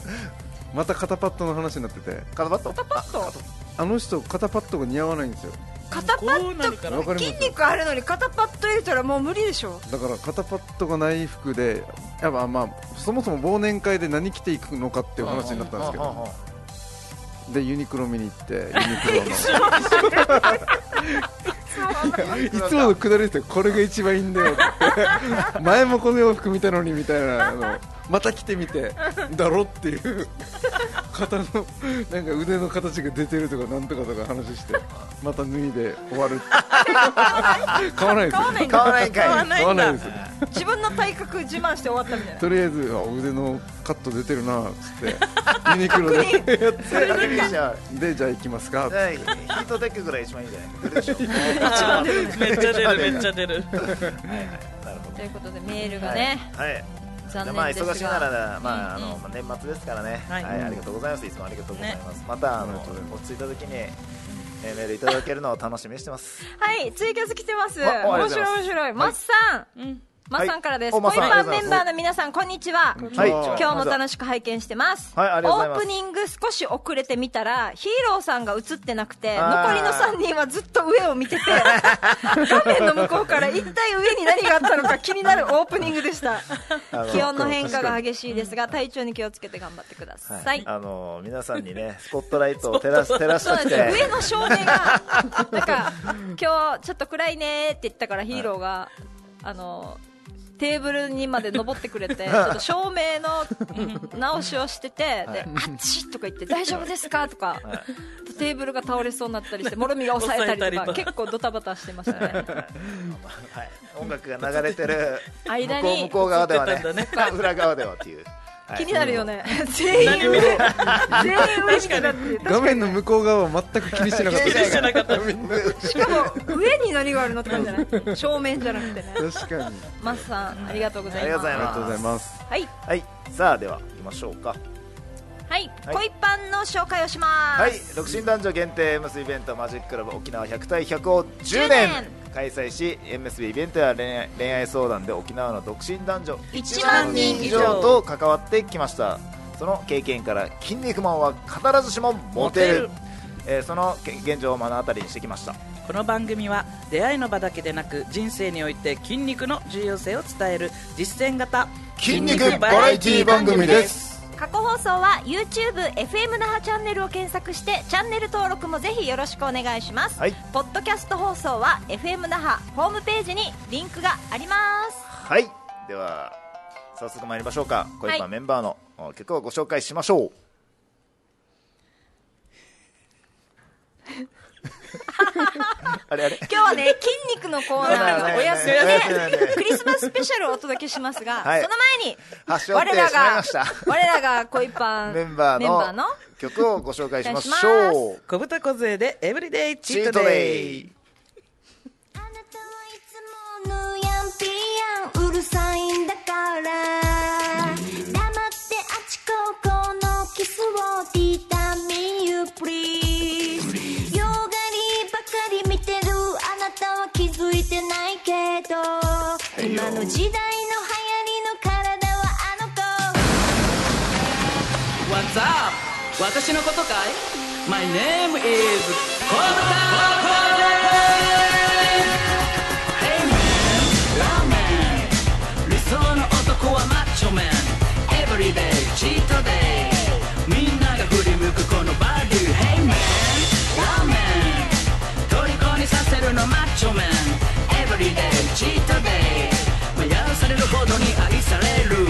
D: また肩パッドの話になってて
B: カタパット
F: パッド
D: あの人肩パッドが似合わないんですよ
F: 肩パ
C: こうなるから
D: わかります
F: 筋肉あるのに肩パッド入れたらもう無理でし ょ
D: だから肩パッドがない服でやっぱまあそもそも忘年会で何着ていくのかっていう話になったんですけ
B: うんうんうん
D: ど
B: うん
D: でユニクロ見に行ってユニクロのいやいつものくだりですよこれが一番いいんだよって前もこの洋服見たのにみたいなあのまた着てみてだろっていう肩のなんか腕の形が出てるとかなんとかとか話してまた脱いで終わるって買わないですよ
B: 買わないん
C: 買わ
B: かい
C: ない
D: 買わ
C: ん
D: ない
C: だ
D: ですよ
F: 自分の体格自慢して終わったみたいな
D: とりあえずあ腕のカット出てるなっつってユニクロでやっ
B: それ 確認しちゃう
D: てでじゃあ行きますかって
B: はいヒートテックぐらい一番いいんじゃない出るでしょ
C: めっちゃ出 るめっちゃ出る
B: なるほど
F: ということでメールがね、
B: はい
F: 残
B: まあ
F: 念ですが、
B: 忙しいなら、まああのまあ年末ですからね、は、
C: はいい
B: ありがとうございます。いつもありがとうございます。またあの
D: ありがとうござい
B: 落ち着いた時に、えー、メールいただけるのを楽しみにしてます。
F: はいツイキャス来てます
B: あありがとうご
F: 面
B: ざいます
F: 白い面白いマスさん、
C: うん
F: マスさんからです、
B: はいおマ
F: は
B: ス
F: い、
B: さん
F: パン
B: ありが
F: メ
B: とうございます
F: ンバーの皆さんこんにちは
B: はい、
F: 今日も
B: し
F: 楽しく拝見してます,、
B: はいありがとうございます
F: オープニング少し遅れてみたらヒーローさんが映ってなくて
B: あー
F: 残りの3人はずっと上を 見てて画面の向こうから一体上に何があったのか気になるオープニングでした
B: あの
F: 気温の変化が激しいですが体調に気をつけて頑張ってください、
B: はい、あの皆さんにね、スポットライトを照らし照らし
F: そう
B: た
F: なん
B: く
F: ですよ上
B: て。
F: の少年がなんか今日ちょっと暗いねって言ったからヒーローが、あのテーブルにまで登ってくれてちょっと照明の直しをしてて、であっちとか言って大丈夫ですかとか、テーブルが倒れそうになったりしてもろみが押さえたりとか
C: 押さえたりと
F: 結構ドタバタしてましたね
B: はい、音楽が流れてる向
F: 間
B: こう
F: に
B: 向こう側では
C: 映
B: ね
C: ってたんだね、
B: 裏側ではっていう。は
F: 気
B: い
F: になるよね全員上全員上しかなって
D: 画面の向こう側は全く気にしてなかった
B: 気にして
C: なかった
D: みんな
F: しかも上に何があるのって感じじゃない正面じゃなくてね
D: 確かに
F: マスさんありがとうござ
B: あり
F: い
B: がと
F: ま
B: うござ
D: あ
F: す
D: りがとうございます
F: はい
B: はい、さあでは行きましょうか。
F: はい、
B: はい
F: 恋パンの紹介をします、
B: はい、独身男女限定 MS イベントマジッククラブ沖縄100対100を10年開催し MSB イベントや恋愛恋愛相談で沖縄の独身男女
F: 1万人
B: 以
F: 以
B: 上
F: 上
B: と関わってきましたその経験から筋肉マンは必ずしもモテるえーそのけ現状を目の当たりにしてきました
C: この番組は出会いの場だけでなく人生において筋肉の重要性を伝える実践型
E: 筋肉バラエティ番組です
F: 過去放送は YouTubeFM 那覇チャンネルを検索してチャンネル登録もぜひよろしくお願いします、
B: はい
F: ポッドキャスト放送は FM 那覇ホームページにリンクがあります
B: はいでは早速参りましょうかこういった
F: はい
B: メンバーのお曲をご紹介しましょうあれあれ
F: 今日はね 筋肉のコーナーがお休み
B: お休みなん
F: で
B: で
F: クリスマススペシャルをお届けしますが、
B: はい
F: その前に
B: 発祥っ
F: 我
B: て
F: ら
B: しまいま
F: が
B: した
F: 我らが恋パン
B: メンバー
F: メンバー
B: の
F: の
B: 曲をご紹介しまし
F: お願いし
B: ょう
C: 小豚小杖でエブリデイチ
B: チ
C: ー
B: ー
C: ト
B: ト
C: デ
B: デ
C: イ
B: イ
A: あなたはいつもぬやんぴやんうるさいんだから黙ってあちこちのキスを t タ me you please 洋画りばかり見てるあなたは気づいてないけど今の時代の流行りの体はあの子
C: What's up? 私のことかい ?My name is 小豚小杖 Hey man, ラーメン理想の男はマッチョマン Everyday, cheat day みんなが振り向くこのバディ Hey man, ラーメン虜にさせるのマッチョマン Everyday, cheat day 迷わされるほどに愛される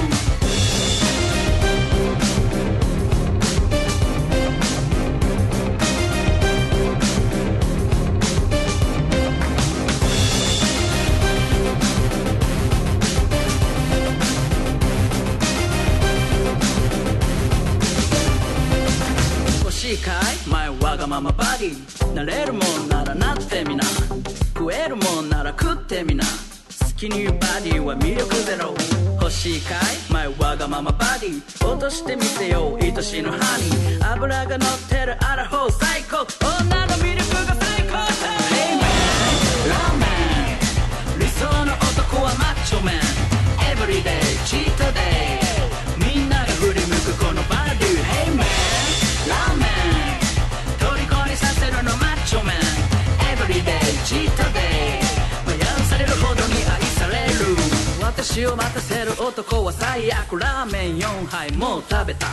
C: 欲しいかい前わがままバディなれるもんならなってみな食えるもんなら食ってみな好きにバディは魅力ゼロ欲しいかい前わがままバディ落としてみてよ愛しのハニー脂が乗ってるアラフォー最高女の魅力が最高だ Hey man ラーメン理想の男はマッチョマン Everyday チートデイみんなが振り向くこのバディ Hey man ラーメン虜にさせるのマッチョマン Everyday チートデイ迷わされるほどに愛される私を待たせる男は最悪ラーメン4杯もう食べた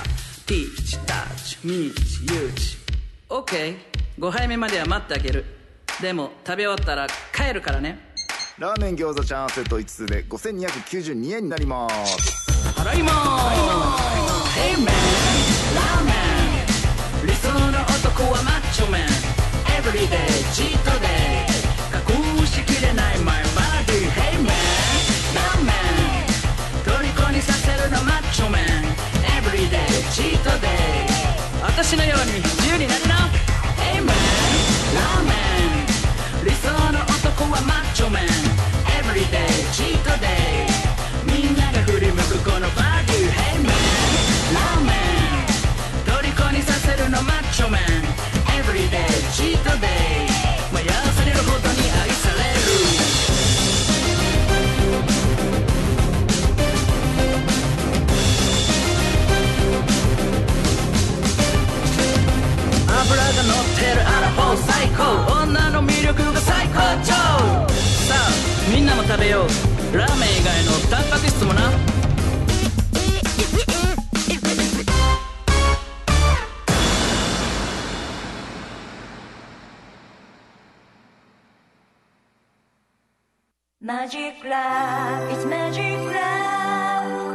C: ピーチタッチミーチユーチ OK5 杯目までは待ってあげるでも食べ終わったら帰るからね
E: ラーメン餃子チャーハンセット5つで5292円になります
C: 払いまーす Hey man ラーメン理想の男はマッチョ man Everyday チートデイ隠しきれない my body Hey man ラーメン虜にさせるのマッチョ man Everyday チートデイ私のように自由になるな Hey man ラーメン理想の男はマッチョ man Everyday チートデイみんなが振り向くこのバディ Hey man ラーメン虜にさせるのマッチョ man Everyday チートデイ迷わされるほどに愛される脂が乗ってるアラフォー最高女の魅力が最高潮さあみんなも食べようラーメン以外のタンパク質もな
A: マジックラブ It's magic love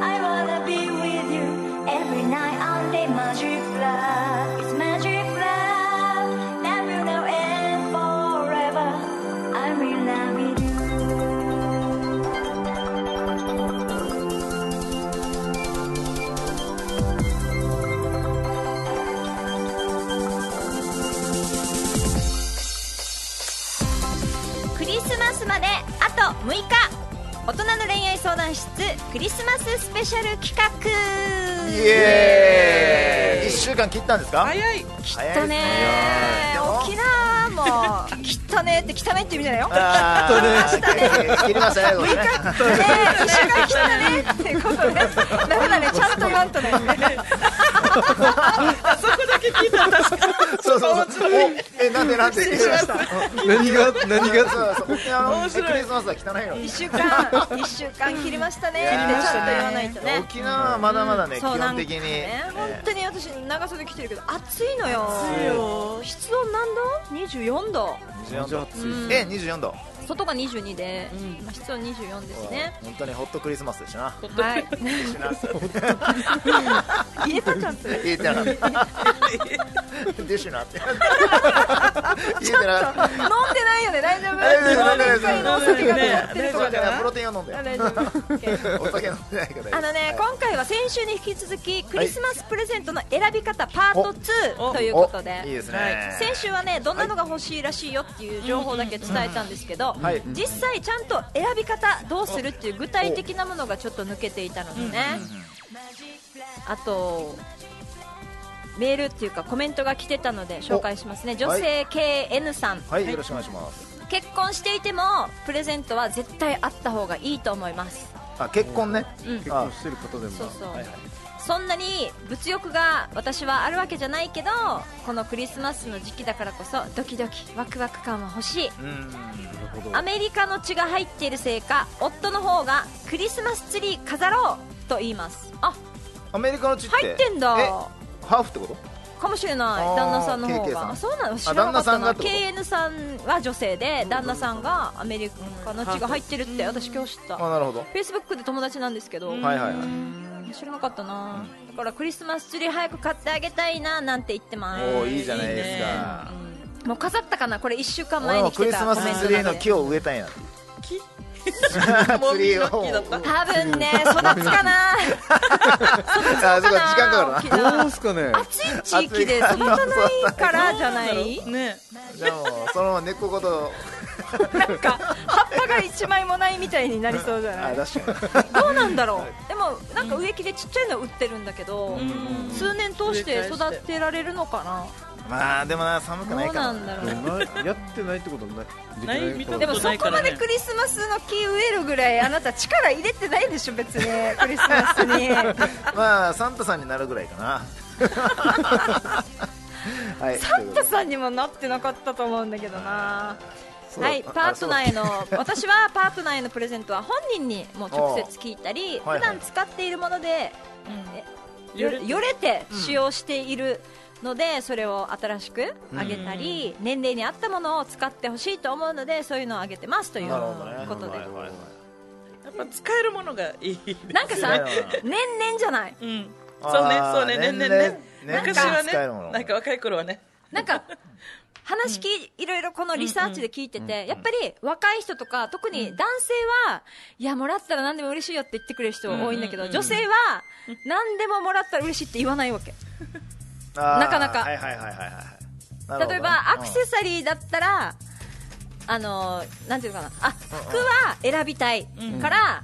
A: I wanna be with you Every night only magic love It's magic love Now you know and forever I'm in love with you
F: クリスマスまであと6日大人の恋愛相談室クリスマススペシャル企画
B: イエーイ1週間切ったんですか
C: 早い
F: きっとね
B: でも
F: 沖縄も きっとねって汚いって意味じゃないよ
B: あー切りましたねこれね
F: ねえ、一緒が来たねっていうことね。だ からね、ちゃんとなんとね。
B: そうそうそうそうおえなんでなんでびっくりしました
D: 何が何
B: そう
D: が
B: そうそう沖縄の
G: 面
B: えク
G: 白い
B: リスマスは汚いの
F: 1週間1週間切りましたねってちょっと言わないとね
B: 沖縄はまだまだね基
F: そうな
B: 本
F: んか
B: 的に
F: ね本当に私長袖着てるけど暑いのよ
G: 暑いよ
F: 室温何度 ?24 度
B: 24度
F: うん
B: え24度
F: 外が22で、まあ室温24ですね
B: 本当にホットクリスマスでしたな
F: はい言えたかそれ
B: 言えてなかったでしなって言えてなかっ
F: 飲んでないよね大丈夫
B: 大丈夫大丈夫
F: 飲んでないお酒が残
G: 大
F: ってる
G: 丈
F: か
G: 夫
B: ただ
F: ら
B: からプロテインを飲んで
F: あ大丈夫 OK
B: お酒飲んでないから
F: あのね、今回は先週に引き続きクリスマスプレゼントの選び方パート2ということで
B: おいいですね
F: はい先週はねどんなのが欲しいらしいよっていう情報だけ伝えたんですけど、
B: はい
F: 実際ちゃんと選び方どうするっていう具体的なものがちょっと抜けていたのでね、あとメールっていうかコメントが来てたので紹介しますね女性 KN さん、
B: はいよろしくお願いします
F: 結婚していてもプレゼントは絶対あった方がいいと思います
B: あ結婚ね
F: うん
D: 結婚してることでも
F: そうそう、そんなに物欲が私はあるわけじゃないけどこのクリスマスの時期だからこそドキドキワクワク感は欲しい
B: うん
F: アメリカの血が入っているせいか夫の方がクリスマスツリー飾ろうと言いますあ
B: アメリカの地って
F: 入ってんだ
B: えハーフってこと
F: かもしれない
B: あー
F: 旦那さんの方
B: KK さ
F: が
B: ん
F: あそうなの知らなかっ
B: あ旦
F: た
B: 那さんが
F: な
B: ってこと
F: KN さんは女性で旦那さんがアメリカの血が入ってるって私今日知った
B: あなるほど
F: フェイスブックで友達なんですけど、
B: はいはいはい
F: 知らなかったなだからクリスマスツリー早く買ってあげたいななんて言ってま
B: おーいいじゃないですか
F: すもう飾ったかなこれ1週間
B: 俺
F: 前に
B: も
F: 来
B: ク
F: て
B: リス
F: た
B: マ
F: コメント
B: スツリー
F: な
B: の
F: で
B: 木を植えたんや
G: 木
B: ツリーを
G: もみの木だった
F: 多分ね育 つか な
B: あそうか時間かかる
F: 沖
B: な
F: 縄
D: どうすかね
F: 暑い地域で育たないからじゃない
G: ね
B: じゃあもうそのまま根っこごと
F: なんか葉っぱが1枚もないみたいになりそうじゃな
B: あ
F: い
B: 確かに
F: どうなんだろうでもなんか植木でちっちゃいの売ってるんだけど数年通して育てられるのかな
B: まあでもな寒く
F: どう
B: ないから
F: なんだろう
D: やってないってことないで
G: ない見たこと
F: でもそこまでクリスマスの木植えるぐらいあなた力入れてないでしょ別にクリスマスに
B: まあサンタさんになるぐらい かなはい
F: サンタさんにもなってなかったと思うんだけどなはいパートナーへの 私はパートナーへのプレゼントは本人にもう直接聞いたり
B: ああはいはい
F: 普段使っているものでえよよれて使用しているのでそれを新しくあげたり年齢に合ったものを使ってほしいと思うのでそういうのをあげてますという
B: なるほどね
F: こと
B: はい
F: で
B: はいはい
G: やっぱ使えるものがいいね
F: なんかさ年々じゃない
G: うんそうね
B: あー
G: そうね年々ね
B: 年々
G: 昔は
B: 年々使えるもの
G: ねなんか若い頃はね
F: なんか話き、いろいろこのリサーチで聞いてて、やっぱり若い人とか、特に男性は、いや、もらったら何でも嬉しいよって言ってくれる人多いんだけど、女性は、何でももらったら嬉しいって言わないわけ。
B: あー
F: なかなか
B: はいはいはいはいはいなるほど
F: 例えば、アクセサリーだったら、あのー、なんていうのかな、あ、服は選びたいから、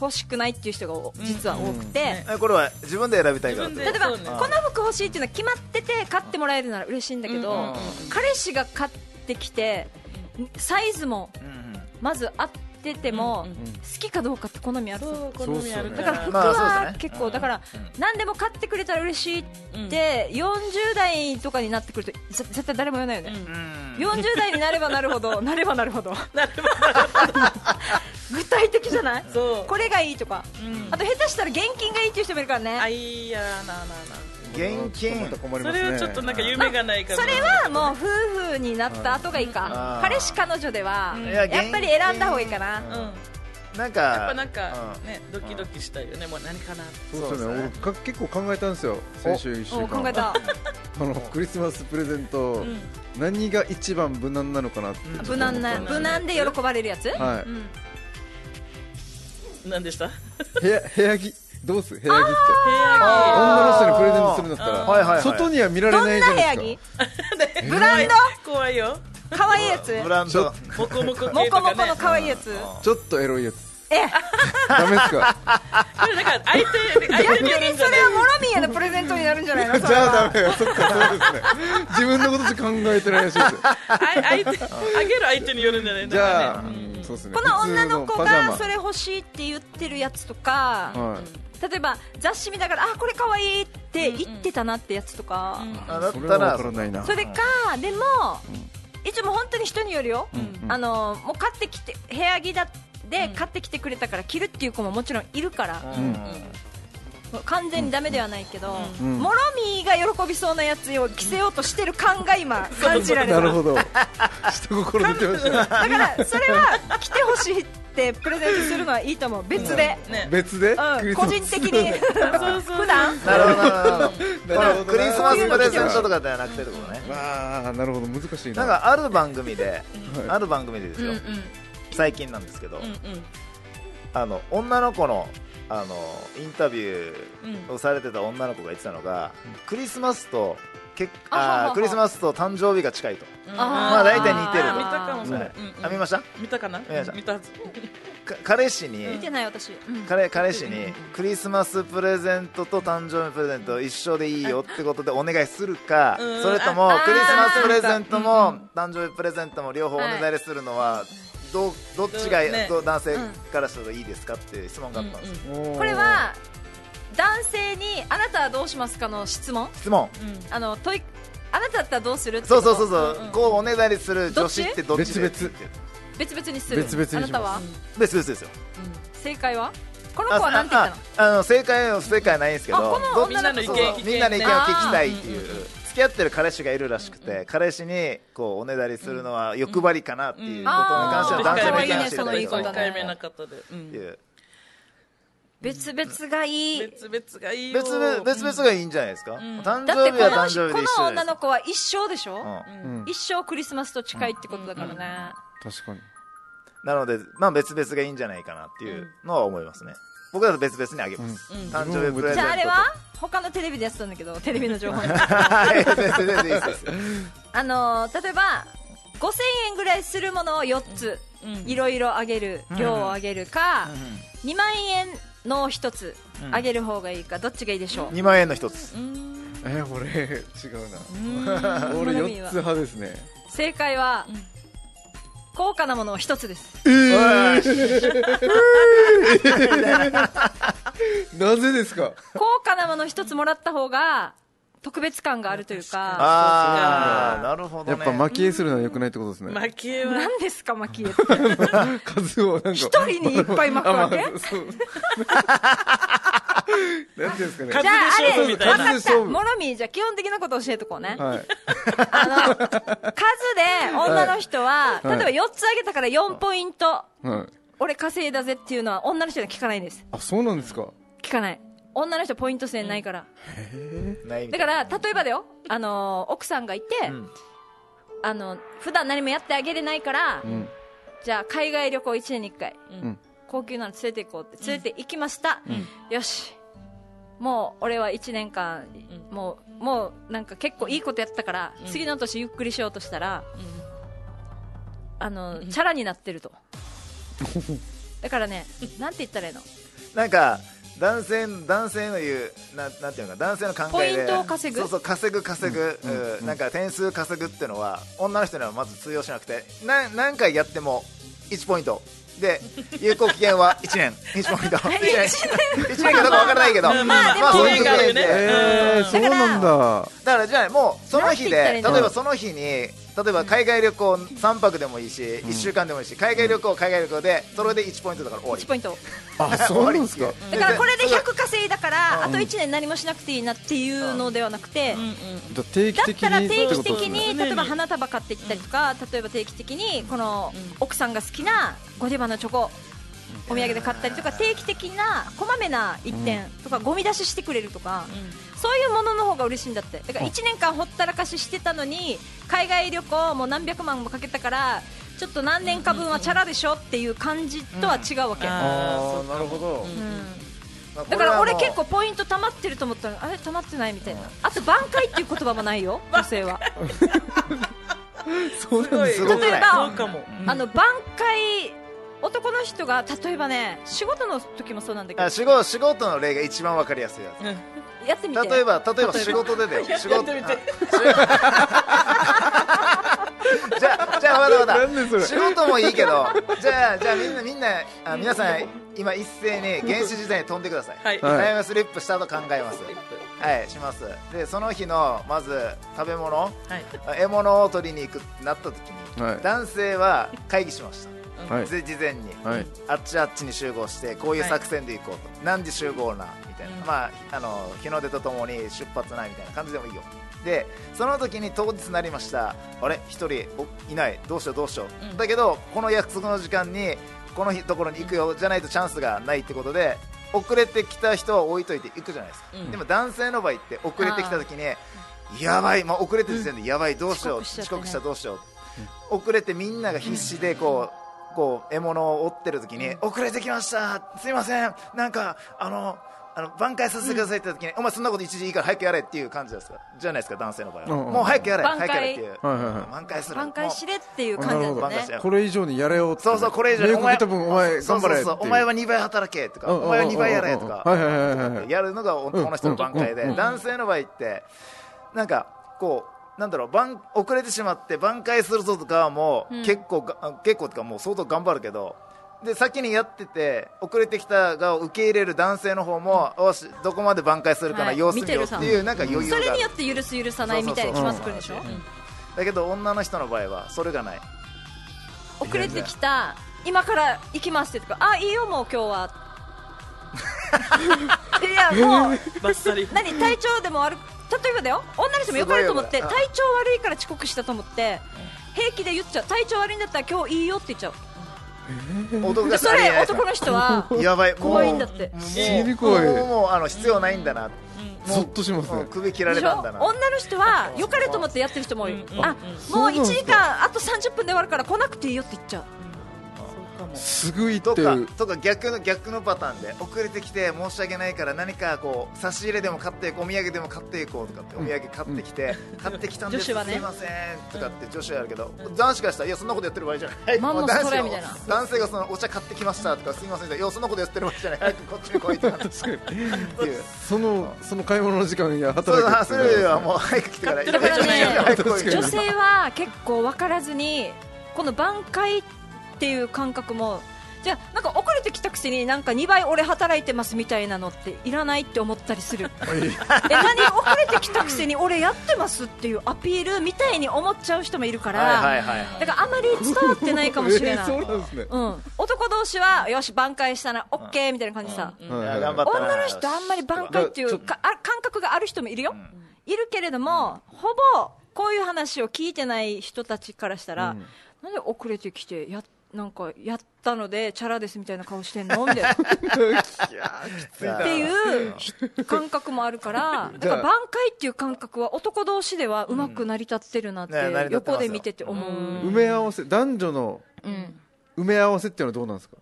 F: 欲しくないっていう人がお実は多くて、
B: うんえこれは自分で選びたいからって
G: 自分
F: 例えば、
G: そう
F: こ
G: ね
F: の服欲しいっていうのは決まってて買ってもらえるなら嬉しいんだけど、
G: うんうん
D: うん
F: 彼氏が買ってきてサイズも
B: うんうん
F: まず合ってても、
G: うんうん
D: うん
F: 好きかどうかって好みある
G: そう好みあるか
F: だから
G: ら
F: 服
B: まあそうです
F: は
B: ね
F: 結
B: うんう
F: 構
B: ん
F: だから何でも買ってくれたら嬉しいっ
G: うん
F: て40代とかになってくるとぜ絶対誰も言わないよ
B: う
F: ね、
B: ん
F: 40代になればなるほどなればなるほど
G: なるほ
F: 具体的じゃない
G: どそう
F: これがいいとか、
G: うん
F: あと下手したら現金がいいっていう人もいるからね、
G: あいいやななな
B: 現金
D: 困り
G: そ
D: ます
G: れ
D: ね
G: はちょっとなんか夢がないから
F: それはもう夫婦になった後がいいか、
B: うん
F: 彼氏彼女では
B: ん
F: やっぱり選んだ方がいいかな、
G: うんやっ
B: なんか
G: ぱなんか
B: うん
G: ねドキドキしたいよねもう何かなって
D: そうです
B: そ
D: よ
B: う
D: ね
B: で
D: 俺か結構考えたんですよ先週1週
F: お考え
D: 間
F: た
D: あのクリスマスプレゼント
G: うん
D: 何が一番無難なのかなって
F: 無難な無難で喜ばれるやつ、
D: はい
F: うん
G: 何でした
D: 部屋部屋着どうす部屋着って
G: 部屋
D: 女の人にプレゼントするんだ
B: あーはいはい
D: った
B: は
D: ら
B: い
D: 外には見られ
F: どん
D: ない
F: な
D: じゃ
F: 部
D: ない
F: 屋
D: で
F: 着
D: す
G: 着
F: ブランド
G: 怖いよ
F: 可愛いやつ
B: ブラン
D: ちょ
B: ド
D: っ
G: モコモコ
F: モ
G: 系と
F: コモ
G: か
F: コの
G: ね
F: 可愛いやつ
D: かちょっとエロいやつ
F: ええ
D: ダメですか
G: これだから相手相手によるんじゃ
F: そ
G: ない
F: れはモロミエのプレゼントになるんじゃないのそ
D: じ
F: れは
D: ゃあダメよそっかそうですね 自分のことしか考えてないらしいですよ
G: あ相手あげる相手によるんじゃない
D: じゃあそうですね
F: この女の
D: 普
F: 子
D: 通のパジャ
F: が
D: マ
F: それ欲しいって言ってるやつとか、
D: は
F: 例えば雑誌見ながらあこれ可愛いって言ってたなってやつとか、
B: あ
D: い
B: だっ
D: それ
B: た
D: は
B: ら
D: 分からないな
F: それかでも、一応もう本当に人によるよ、あのもう買ってきて部屋着だで買ってきてくれたから着るっていう子ももちろんいるから、
B: うん
F: もう完全にダメではないけど、
D: ん
F: モロミーが喜びそうなやつを着せようとしてる感が今感じられ
D: な
F: た
D: るほ ど一心出てましたね
F: だからそれは着てほしいってプレゼントするのはいいと思う別で、
G: ね
D: 別で
F: うん
D: クリス
F: 個
D: マ
F: 人
D: ス
F: 的 に普段
B: なるほどなるほど
D: なるほどな
B: クリスマスプレゼントとかではなくてってことね
D: まあなるほど難しい
B: な
D: なん
B: かある番組である番組でです
G: うん
B: よ
G: うん
B: 最近なんですけど
G: うんうん
B: あの女の子のあのインタビューをされてた女の子が言ってたのがクリスマスと結
F: あはは
B: あ
F: は
B: ークリスマスと誕生日が近いと
G: うん
B: まあ大体似てる
G: あ
B: と
G: 見たかもしれない
B: は
G: うんうん
B: いあ見ました
G: 見たかな
B: 見ました
G: 見たはず
B: か彼氏に
F: 見てない私、うん
B: 彼彼氏にクリスマスプレゼントと誕生日プレゼント一緒でいいよってことでお願いするか
G: うん
B: それとも
F: あ
B: クリスマスプレゼント
G: う
B: も
G: ん
B: 誕生日プレゼントも両方お願いするのはどうどっちが
G: どうね
B: どう男性からしたらいいですかっていう質問があったんですよ
F: これは男性にあなたはどうしますかの質問
B: 質問
F: あの問いあなただったらどうするってこ
B: そ
F: と
B: うそうそう
G: うん
B: そううんこうおねだりする女子ってどっちで
D: 別々
F: 別々にする
D: 別々にします
F: あなたは
B: 別々ですよ
F: 正解はこの
B: あ
F: 子は何て言ったの
B: あああの正解は不正解はないんですけど
F: あこの
B: どっ
G: みんなの意見
B: そう
G: 聞きたい
B: みんなの意見を聞きたいっていう付き合ってる彼氏がいるらしくて彼氏にこうおねだりするのは欲張りかなっていうことに関しては男性の意見を知りたいと
F: そうだ
G: 1
F: ね
G: 回目なかったでう
B: ってい
G: ん
B: う
F: 別々がいい
G: 別々がいいよ
B: 別々別々がいいんじゃないですか誕
F: だって
B: 生
F: こ
B: 日は
F: の
B: 誕生日で一
F: この
B: 緒で
F: 女
B: す
F: の子は一生でしょ、
B: うん
F: 一生クリスマスと近いってことだからね、
D: 確かに
B: なのでまあ別々がいいんじゃないかなっていうのは思いますね僕だと別々にあげます誕生日プレゼントと
F: じゃああれは他のテレビでやってたんだけどテレビの情報に
B: はい全然全然いいです
F: あのー例えば5000円ぐらいするものを4ついろいろあげる量をあげるか、2万円の1つあげる方がいいかどっちがいいでしょう、
B: 2万円の一つ
D: えー、俺違うな俺
F: 好み
D: 4
F: は
D: つ派ですね
F: 正解は、高価なものを1つです
D: なぜですか
F: 高価なもの1つもらった方が特別感があるというか
B: ああなるほど
D: やっ
B: ね
D: ぱ巻き絵するのは良くないってことですね、
G: 負けは
F: 何ですか巻き絵って
D: 数をなんか
F: 一人にいっぱい巻くわけ
D: あまあそう なんていうんですかね
G: 数
F: じゃああれ
G: で勝負
F: 分
G: みたい
F: か
G: な
F: ったモロミーじゃあ基本的なこと教えとこうね、
D: はい、
F: あの数で女の人は、
D: はい
F: 例えば4つあげたから4ポイント
D: はい、
F: 俺稼いだぜっていうのは女の人には聞かないんです
D: あそうなんですか
F: 聞かない女の人ポイント制ないから、
B: ないみた
F: だ
B: い
F: から例えばだよ、あのー奥さんがいて、
B: ん
F: あの普段何もやってあげれないから、
D: ん
F: じゃあ海外旅行1年に1回、
D: ん
F: 高級なの連れて行こうって連れて行きました、よしもう俺は1年間、もうもうなんか結構いいことやったから、次の年ゆっくりしようとしたら、あのチャラになってる とだからねなんて言ったらいいの
B: なんか男性男性の言うなんなんていうのか男性の考えで
F: ポイントを稼ぐ
B: そうそう稼ぐ稼ぐ、うんなんか点数稼ぐってのは女の人にはまず通用しなくてな何回やっても1ポイントで有効期限 は1年1ポイント1年1年かどうかわからないけど
G: まあまあまあ
B: そう
G: でも
B: いうゲーム
G: ポイントがある
B: で
G: よね
D: えー、そうなんだ
B: だからじゃあもうその日で
F: なん
B: 例え
F: て言ったらいいの
B: ばその日に例えば海外旅行3泊でもいいし1週間でもいいし海外旅行海外旅行でそれで1ポイントだから終わり
F: 1ポイント
D: あそうなんですか
F: だからこれで100稼いだからあと1年何もしなくていいなっていうのではなくて
D: じゃあ定
F: だ
D: 期
F: っ
D: 的
F: たら
D: に
F: 定
D: って
F: 期
D: こ
F: 的
D: とですね
F: に例えば花束買ってきたりとか例えば定期的にこの奥さんが好きなゴディバのチョコお土産で買ったりとか定期的なこまめな1点とかゴミ出ししてくれるとかそういうものの方が嬉しいんだってだから1年間ほったらかししてたのに海外旅行も何百万もかけたからちょっと何年か分はチャラでしょっていう感じとは違うわけ。
D: ああなるほど、
B: まあこれ
F: だから
B: はも
F: 俺
B: う
F: 結構ポイント貯まってると思ったらあれ貯まってないみたいなあと挽回っていう言葉もないよ女性は
D: そうなん
G: ご
D: で
G: い
D: す
B: すごく
F: 例え
B: ない
G: そう
F: ば
G: かも
F: あの挽回男の人が例えばね仕事の時もそうなんだけ
B: あ
F: ど
B: 仕事仕事の例が一番わかりやすいやつ
F: やってみて
B: 例えば例えば仕事でだよ仕
G: や
B: 事
G: ってみて
B: あ仕事 じゃあじゃあまだそうだ
D: なんでそれ
B: 仕事もいいけどじゃあじゃあみんなみんなあ皆さん今一斉に原始時代に飛んでください、
G: はい
D: はい
B: タイムスリップしたと考えますはいしますでその日のまず食べ物
G: はい
B: 獲物を取りに行くってなった時に、
D: はい
B: 男性は会議しました
D: はい
B: ぜ事前に、
D: はい
B: あっちあっちに集合してこういう作戦で行こうと、何時集合なみたいな、まあ、あの日の出とともに出発なみたいな感じでもいいよでその時に当日なりましたあれ1人おいないどうしようどうしよう、だけどこの約束の時間にこの日ところに行くよじゃないとチャンスがないってことで遅れてきた人は置いといて行くじゃないですか、でも男性の場合って遅れてきた時にやばい、まあ、遅れてる時点でやばいどうしよう、
F: 遅刻しち
B: 遅刻した
F: ゃってね
B: どうしよう遅れてみんなが必死でこうこう獲物を追ってる時に遅れてきました、すいません、なんかあのあの挽回させてくださいって時にお前、そんなこと一時いいから早くやれっていう感じですかじゃないですか、男性の場合は
D: うんうんうん
B: もう早くやれ、
F: 挽
B: 早
F: 回
B: くやれっていう
D: はいはいはい
B: 挽回する
F: 挽回しれっていう
D: な
F: 感じ
D: るほ
F: だっ
D: ど
F: た
B: 挽回し
F: ね
B: ろ
D: これ以上にやれよって
B: そうそうこれ以上に
D: お前分お前
B: そう
D: 頑張れってい
B: そうそうお前は2倍働けとか、
D: うんうんうんうん
B: お前は2倍やれとか、
D: はいはいはいはいはい
B: やるのが男の人の挽回で、
D: うんうんうんうん
B: 男性の場合ってなんかこうなんだろう挽遅れてしまって挽回するぞとかはもう結構が、結構とかもう相当頑張るけどで先にやってて遅れてきた側を受け入れる男性の方も、よしどこまで挽回するかな、
F: はい
B: 様子見
F: 見て
B: よう
F: る
B: って
F: さ
B: いうなんか余裕
F: そ
B: がある
F: れによって許す許さないみたいな気まずくるでしょ
B: そうそうそうだけど女の人の場合はそれが ない
F: 遅れてきた今から行きますって言うとかあいいよもう今日 はいやもう
G: バッサリ
F: 何体調でも悪く例えばだよ女の人もよかれと思って
B: すご
F: 体
B: いよね
F: 調悪いから遅刻したと思って平気で言っちゃう体調悪いんだったら今日いいよって言っちゃう
B: 男が
F: でそれ男の人は
B: やばいもう
F: 怖いんだって
D: 死に
B: も
D: 怖
B: う
D: い
B: もうもうあの必要ないんだな、もう
D: ゾッとします
B: もう
D: ね
B: 首切ら
F: で
B: れ
F: しょ
B: たんだ
F: 女
B: な
F: の人はよかれと思ってやってる人も多い
G: うん
F: あもう1時間あと30分で終わるから来なくていいよって言っちゃう
D: すぐ行
B: と
D: って
B: かとか逆の逆のパターンで遅れてきて申し訳ないから何かこう差し入れでも買っていこうお土産でも買っていこうとかってお土産買ってきて、買ってきたんです、
F: 女子はね
B: すいませんとかって女子はやるけど、男子からしたらいやそんなことやってる場合じゃない
F: まんま
B: もう男子
F: それ
B: が
F: みたいな
B: 男性がそのお茶買ってきましたとかすいませんいやそんなことやってる場合じゃない早くこっちに来いとかって
D: 確かに
B: いう
D: そのその買い物の時間や
B: そ
D: 働
B: う
D: く
B: だそれよりはもう早く来てか
G: 買
B: ら
G: ってる場合じゃない
B: 早く来い
D: 確か
F: 女
D: に
F: 性は結構分からずにこの挽回っていう感覚もじゃあなんか遅れてきたくせになんか2倍俺働いてますみたいなのっていらないって思ったりするえ何遅れてきたくせに俺やってますっていうアピールみたいに思っちゃう人もいるから、
B: はいはいはいはい
F: だからあまり伝わってないかもしれ
D: えー
F: ない、
D: そうなんですね
F: うん、男同士はよし挽回したなオッケーみたいな感じさ、
B: いや頑張ったな
F: 女の人あんまり挽回ってい
D: だ
F: う
D: か
F: かあ感覚がある人もいるよ、いるけれども、ほぼこういう話を聞いてない人たちからしたら、なんで遅れてきてやなんかやったのでチャラですみたいな顔してんのみ たいなっ
B: って
F: ていう感覚もある からだから挽回っていう感覚は男同士ではうまく成り立ってるなって
B: ね成り立ってますよ
F: 横で見てて思う、
D: 埋め合わせ男女の
F: うん
D: 埋め合わせっていうのはどうなんですか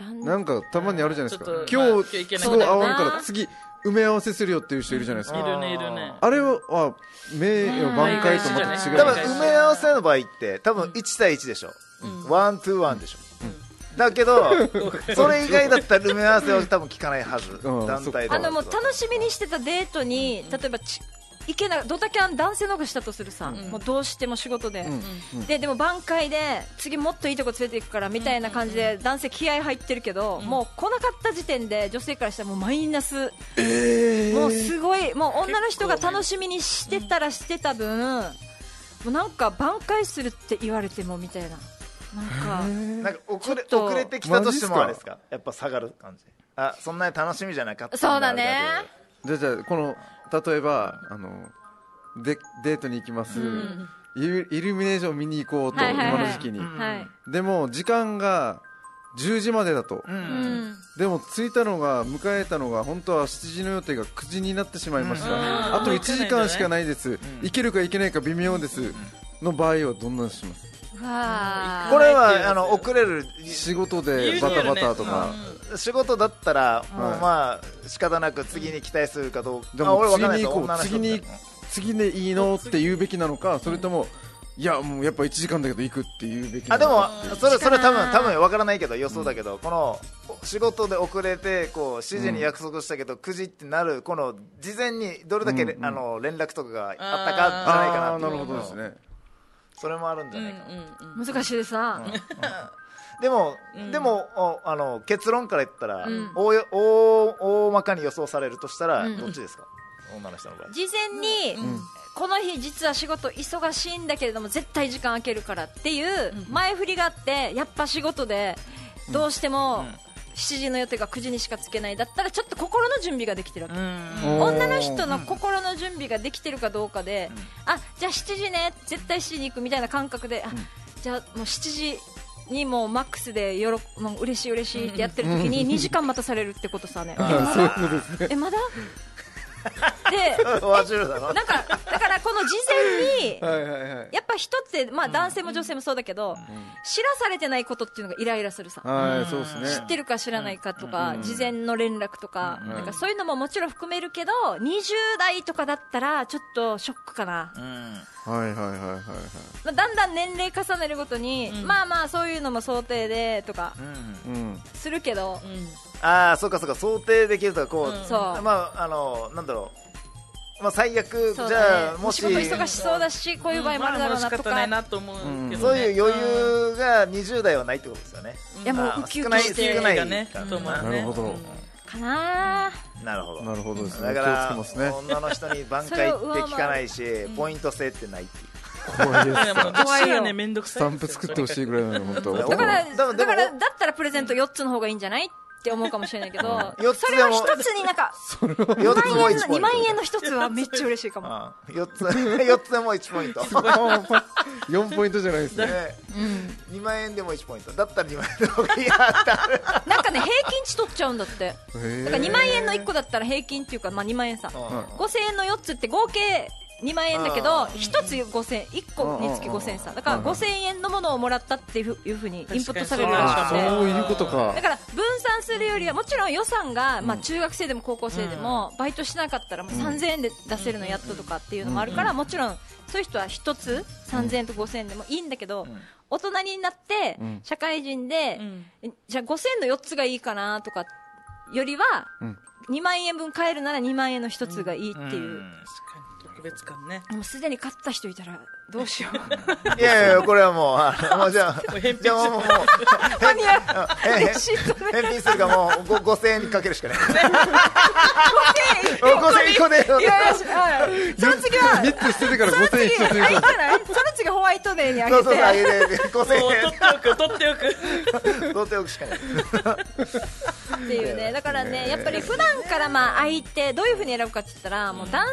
D: な
F: 男
D: んかたまにあるじゃないですか
G: ちょっとまあ
D: 今
G: 今日いけ
D: 日
G: ない
D: 都合合わんから次埋め合わせするよっていう人いるじゃないです
G: い
D: か
G: るねいるね
D: あれはあ名誉挽回とまた違う
B: 多分埋め合わせの場合って多分1対1でしょ、ワントゥーワンでしょ、だけどそれ以外だったら埋め合わせは多分聞かない はず、
D: ん
B: 団体と
F: あ
B: かだ
F: のもう
B: と
F: 楽しみにしてたデートに、例えばち行けなドタキャン男性の方がしたとするさ、もうどうしても仕事で、ででも挽回で次もっといいとこ連れて行くからみたいな感じで男性気合入ってるけど、もう来なかった時点で女性からしたらもうマイナス、もうすごいもう女の人が楽しみにしてたらしてた分、もうなんか挽回するって言われてもみたいな。なん
B: な
F: か
B: んか遅れ
F: ちょっと
B: 遅れてきたとしてもあ
D: マ
B: れ
D: ジっすか
B: ですかやっぱ下がる感じあそんなに楽しみじゃなかったん
F: そうだね
B: あれ
D: じゃあじゃあこの例えばあのでデートに行きます、イルイルミネーション見に行こうと、
F: はいはいはい
D: 今の時期に、
F: はい、
D: でも時間が10時までだと、
F: うん、
D: でも着いたのが迎えたのが本当は7時の予定が9時になってしまいました、あと1時間しかないです、行けるか行けないか微妙です、の場合はどんなのします
F: うわー
B: これはあの遅れる
D: 仕事でバタバタとか、
B: 仕事だったらもう
D: はい
B: まあ仕方なく次に期待するかどうか、
D: で
B: あ
D: も
B: 俺わかんな
D: 次
B: い
D: に
B: ですよ女
D: 行こう
B: の人
D: 次に次でいいのって言うべきなのかそれともいやもうやっぱ1時間だけど行くって言うべきな
B: あ
D: の
B: で
D: か
B: もそれそれ多分多分わからないけど予想だけど、この仕事で遅れてこう7時に約束したけど9時ってなるこの事前にどれだけれ、あの連絡とかがあったかじゃないかな
D: ああーなる
B: っていう
D: ほどですね
B: それもあるんじゃ
G: うんう
B: ないかな、
G: んうん
F: 難しいですな、
B: でも、
G: うん
B: でもおあの結論から言ったら、
F: うん
B: 大よ大大まかに予想されるとしたら、
F: うん
B: どっちですか女の人 の場合
F: 事前に、この日実は仕事忙しいんだけれども絶対時間空けるからっていう前振りがあってやっぱ仕事でどうしても7時の予定が9時にしかつけないだったらちょっと心の準備ができてるわけ女の人の心の準備ができてるかどうかで、あじゃあ7時ね絶対7時に行くみたいな感覚で、あじゃあもう7時にもうマックスでよろもう嬉しい嬉しいってやってる時に2時間待たされるってことさね、
D: そういうことですね
F: え まだで
B: ワジルだろ
F: なんかだからこの事前に
D: はいはいはい
F: やっぱ人って、まあ、男性も女性もそうだけど、知らされてないことっていうのがイライラするさ、
D: はいそうですね
F: 知ってるか知らないかとか、事前の連絡とか,、なんかそういうのももちろん含めるけど20代とかだったらちょっとショックかな、
D: はいはいはいはいはい
F: まあだんだん年齢重ねるごとに、まあまあそういうのも想定でとか
D: うん
F: するけど、
B: ああそうかそうか想定できるとかこう、
F: そう
B: まああのなんだろうまあ最悪、
F: そう
B: じ
F: だ
B: ゃ
F: ね
B: あもし
F: 仕事忙しそうだしこういう場合もあるだろう
G: まあま
F: なと
G: あ仕方な
F: か、
G: いなと思うけどね
B: そういう余裕が20代はないってことですよね、
F: いやもう
B: あー
F: ウキウ
B: 少
F: キ
B: ない
F: し
B: 少
F: て
G: 少
B: な
G: ないいがね
B: か
G: と思うね
D: なるほど
G: うん
F: かなー
B: なるほど
D: なるほどですね
B: だから
D: 気をつけますね
B: 女の人に挽回って聞かないし、ポイント制ってないっていう
D: 怖いで
G: いや
D: す
G: もうどっちがねめんどく
D: ス
G: さい
D: タ
G: ん
D: ン
G: で
D: プ
G: すよ
D: 作ってほしいぐらいなの本当
B: だ
F: だか
B: で
F: ら、
B: も
F: だ
B: でも、
F: から、だったらプレゼント4つの方がいいんじゃないって思うかもしれないけど
B: 四つ
F: そ
B: で
F: れを
B: も
F: 1つになんか、
B: 4つ
F: 2
B: も
F: 万円の
B: 1ポイ
F: 2
B: ント
F: 万円の1つはめっちゃ嬉しいかも。
B: 4つ 4つでも1ポイント
D: 4ポイントじゃないですね
B: ね、2万円でも1ポイントだったら2万円の方がいいやった
F: なんかね、平均値取っちゃうんだって。だから
D: へ
F: 2万円の1個だったら平均っていうか、まあ2万円さ。5000円の4つって合計2万円だけど、1つ5000円、1個につき5000円さ。だから5000円のものをもらったっていうふいうふうにインプットされるらしく
G: 確かに
F: て。
D: そういうことか
F: だから分散するよりはもちろん予算が、まあ、中学生でも高校生でもバイトしなかったらもう3000円で出せるのやっととかっていうのもあるからもちろんそういう人は1つ3000円と5000円でもいいんだけど大人になって
D: ん
F: 社会人で
G: うん
F: じゃあ5000円の4つがいいかなとかよりは
D: うん
F: 2万円分買えるなら2万円の1つがいいっていう。
G: 確かに特別感ね
F: もうすでに買った人いたらどうしよう
B: いやいやこれはもうあのもうじゃあ
G: 返品
B: じゃあもうもう
F: 間に合う
B: え
F: レシート ね
B: 返品するかもうご5000円にかけるしかない5000円1個で
F: いやいやはいその次は
D: 3つ捨ててから5000円1つ
F: あ
D: に
F: いいんじゃないその次ホワイトデーにあげ
B: そ
F: て
B: うそうあげて5000
G: もう取っておく取っておく
B: 円取っておくしかない
F: っていうねだからねやっぱり普段からまあ相手どういう風に選ぶかって言ったらもう男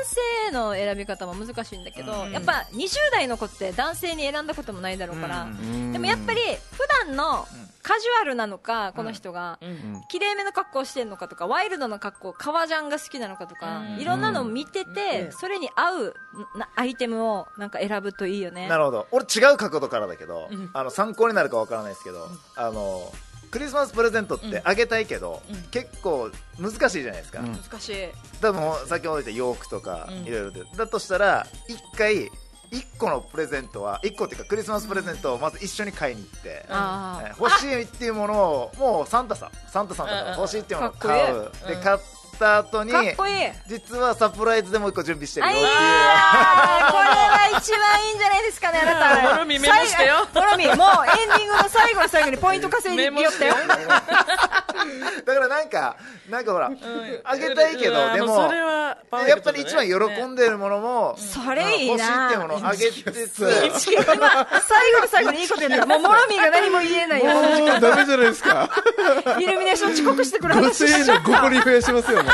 F: 性の選び方も難しいんだけどやっぱ20代の子って男性に選んだこともないだろうからでもやっぱり普段のカジュアルなのかこの人が綺麗めの格好をしてるのかとかワイルドな格好革ジャンが好きなのかとかいろんなのを見ててそれに合うなアイテムをなんか選ぶといいよね
B: なるほど俺違う角度からだけど、あの参考になるかわからないですけど、あのクリスマスプレゼントってあげたいけど、結構難しいじゃないですか、
F: 難しい
B: 多分先ほど言った洋服とかいろいろで、だとしたら1回1個のプレゼントは1個っていうかクリスマスプレゼントをまず一緒に買いに行って、
F: あ
B: え欲しいっていうものをもうサンタさんサンタさんだから欲しいっていうものを買う
F: か
B: で買った後
F: ー
B: に
F: かっこいい
B: 実はサプライズでもう1個準備 してるよって
F: あい
B: いう
F: やーこれは一番いいんじゃないですかね、あなた。
G: もろみメモしてよ
F: 最後もろみ、もうエンディングの最後の最後にポイント 稼いでいったよ。
B: だからなんかなんかほら、
G: うん
B: あげたいけど
G: うわ
B: でも
G: うそれはパーフェ
B: や
G: ク
B: っ
G: ト
B: ぱ
G: だ
B: り
G: ね
B: 一番喜んでるものも、
F: それいい
B: 欲しいっ
F: な
B: ていうものをあげてつ、
F: 最後の最後にいいこと言った。もうもろみが何も言えないよ。
D: も うダメじゃないですか
F: イルミネーション遅刻してくる話
D: 5000
F: し
D: 円の5個に増やしますよもう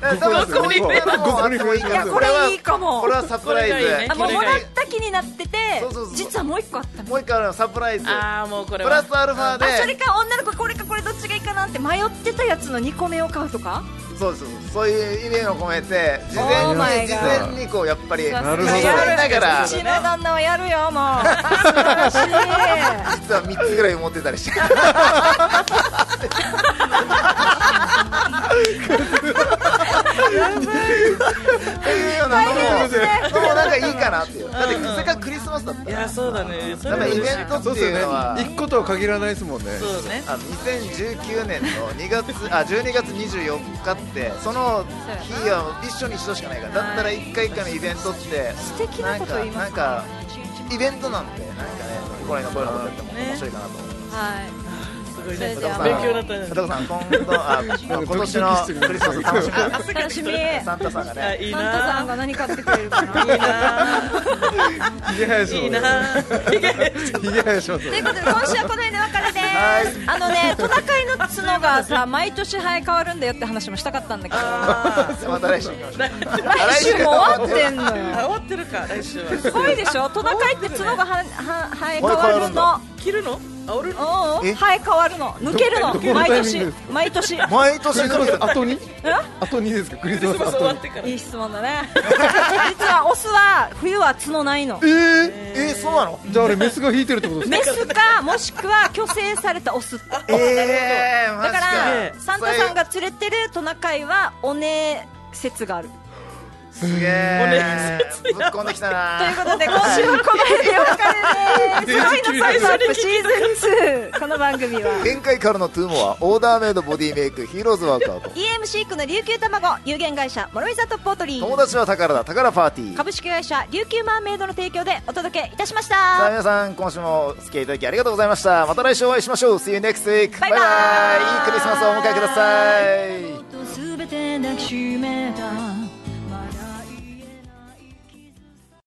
B: だから多分
G: ゴミ
B: そこはもう
D: ゴミゴミ
B: あってもいいか
F: いや
B: ら
F: これいいかも
B: これはサプライズ
G: これがいいね
F: あも
G: こ
F: う
G: れ
F: も
G: が
F: ら
G: いい
F: った気になってて
B: そうそうそ、う
F: 実はもう一個あったの。
B: もう一回あのサプライズプ
G: ああもうこれは
B: ラスアルファで
F: あ、それか女の子これかこれどっちがいいかなって迷ってたやつの2個目を買うとか
B: そうそうそうそういう意味を込めて事
F: Oh
B: 前
F: my
B: に事
F: God
B: 前にこうやっぱり
D: なるほ
B: 実
D: ど
B: 際だか
F: う
B: ら
F: ち
B: 実
F: の旦那はやるよ、もう。 素晴らしい。
B: は3つぐらい持ってたり して
F: い
B: っていうようなのももうなんかいいかなっていうだってせっかくクリスマスだった
G: い
B: ら
G: やそうだねそ
B: や
G: れ
B: っ
G: は
B: ぱイベ
G: 嬉しい
B: ント
D: そう
B: っ
D: ってすよ
B: いうのは
D: ね一個とは限らないですもんね
G: そうだね
B: あの2019年の2月あ12月24日ってその日は一緒に一度しかないからだったら1回1回のイベントって
F: 素敵なこと言いますね
B: なんかなんかイベントなんでなんかねこれのこれのことやっても面白いかなと思う
F: はい
G: すごい
F: それ
G: ね
F: では
G: 勉強だったね
B: 佐藤さん今度あ今年のクリスマス楽し
F: 楽しみ
B: みサンタさんが
G: あ
B: ね
G: いい
F: サンタさん
G: な
F: が何買ってくれるかなという
D: ひげ生やし
G: いい
D: も
G: な
D: ひげ生やします
F: ことで今週はこの辺でお別れです、あのねトナカイの角がさ毎年生え変わるんだよって話もしたかったんだけど
G: あ
B: また来週行きましょう
F: 来週も終わってんの
G: ー
F: よ
G: あ終わってるか来週
F: す
G: は
F: ごいでしょトナカイって角がはは生え変わるの
G: 切るの煽るの
F: おうおう
B: え
F: 生え変わるの抜けるの
D: どこの
F: 毎
D: タイミン
F: 年
D: グです
F: 毎 年
B: 毎年
D: クリス
B: の
D: マ
B: け
D: ス後に後にですかクリスマス
G: そう終わ
D: 後
G: っ
D: に
G: てから
F: いい質問だね 実はオスは冬は角ないの
D: えー
B: えーそうなの
D: じゃああれメスが引いてるってことですか
F: メスかもしくは虚勢されたオスだ
B: ええマジか
F: か
B: らす
F: サンタさんが連れてるトナカイはおね説がある
B: げえぶっ込んできた
F: と
B: な
F: いうことで今週はこの辺でお別れ です恋のサイズアップシーズン2この番組は
B: 限界からのトゥーモはオーダーメイドボディメイクヒーローズワークアウト
F: EM シークの琉球卵有限会社諸井里ポートリ
B: 友
F: ー
B: 達は宝だ宝パーティー
F: 株式会社琉球マーメイドの提供でお届けいたしました
B: さあ皆さん今週もお付き合いいただきありがとうございましたまた来週お会いしましょう See you next week
F: バイバ
B: い
F: イ
B: いクリスマスをお迎えください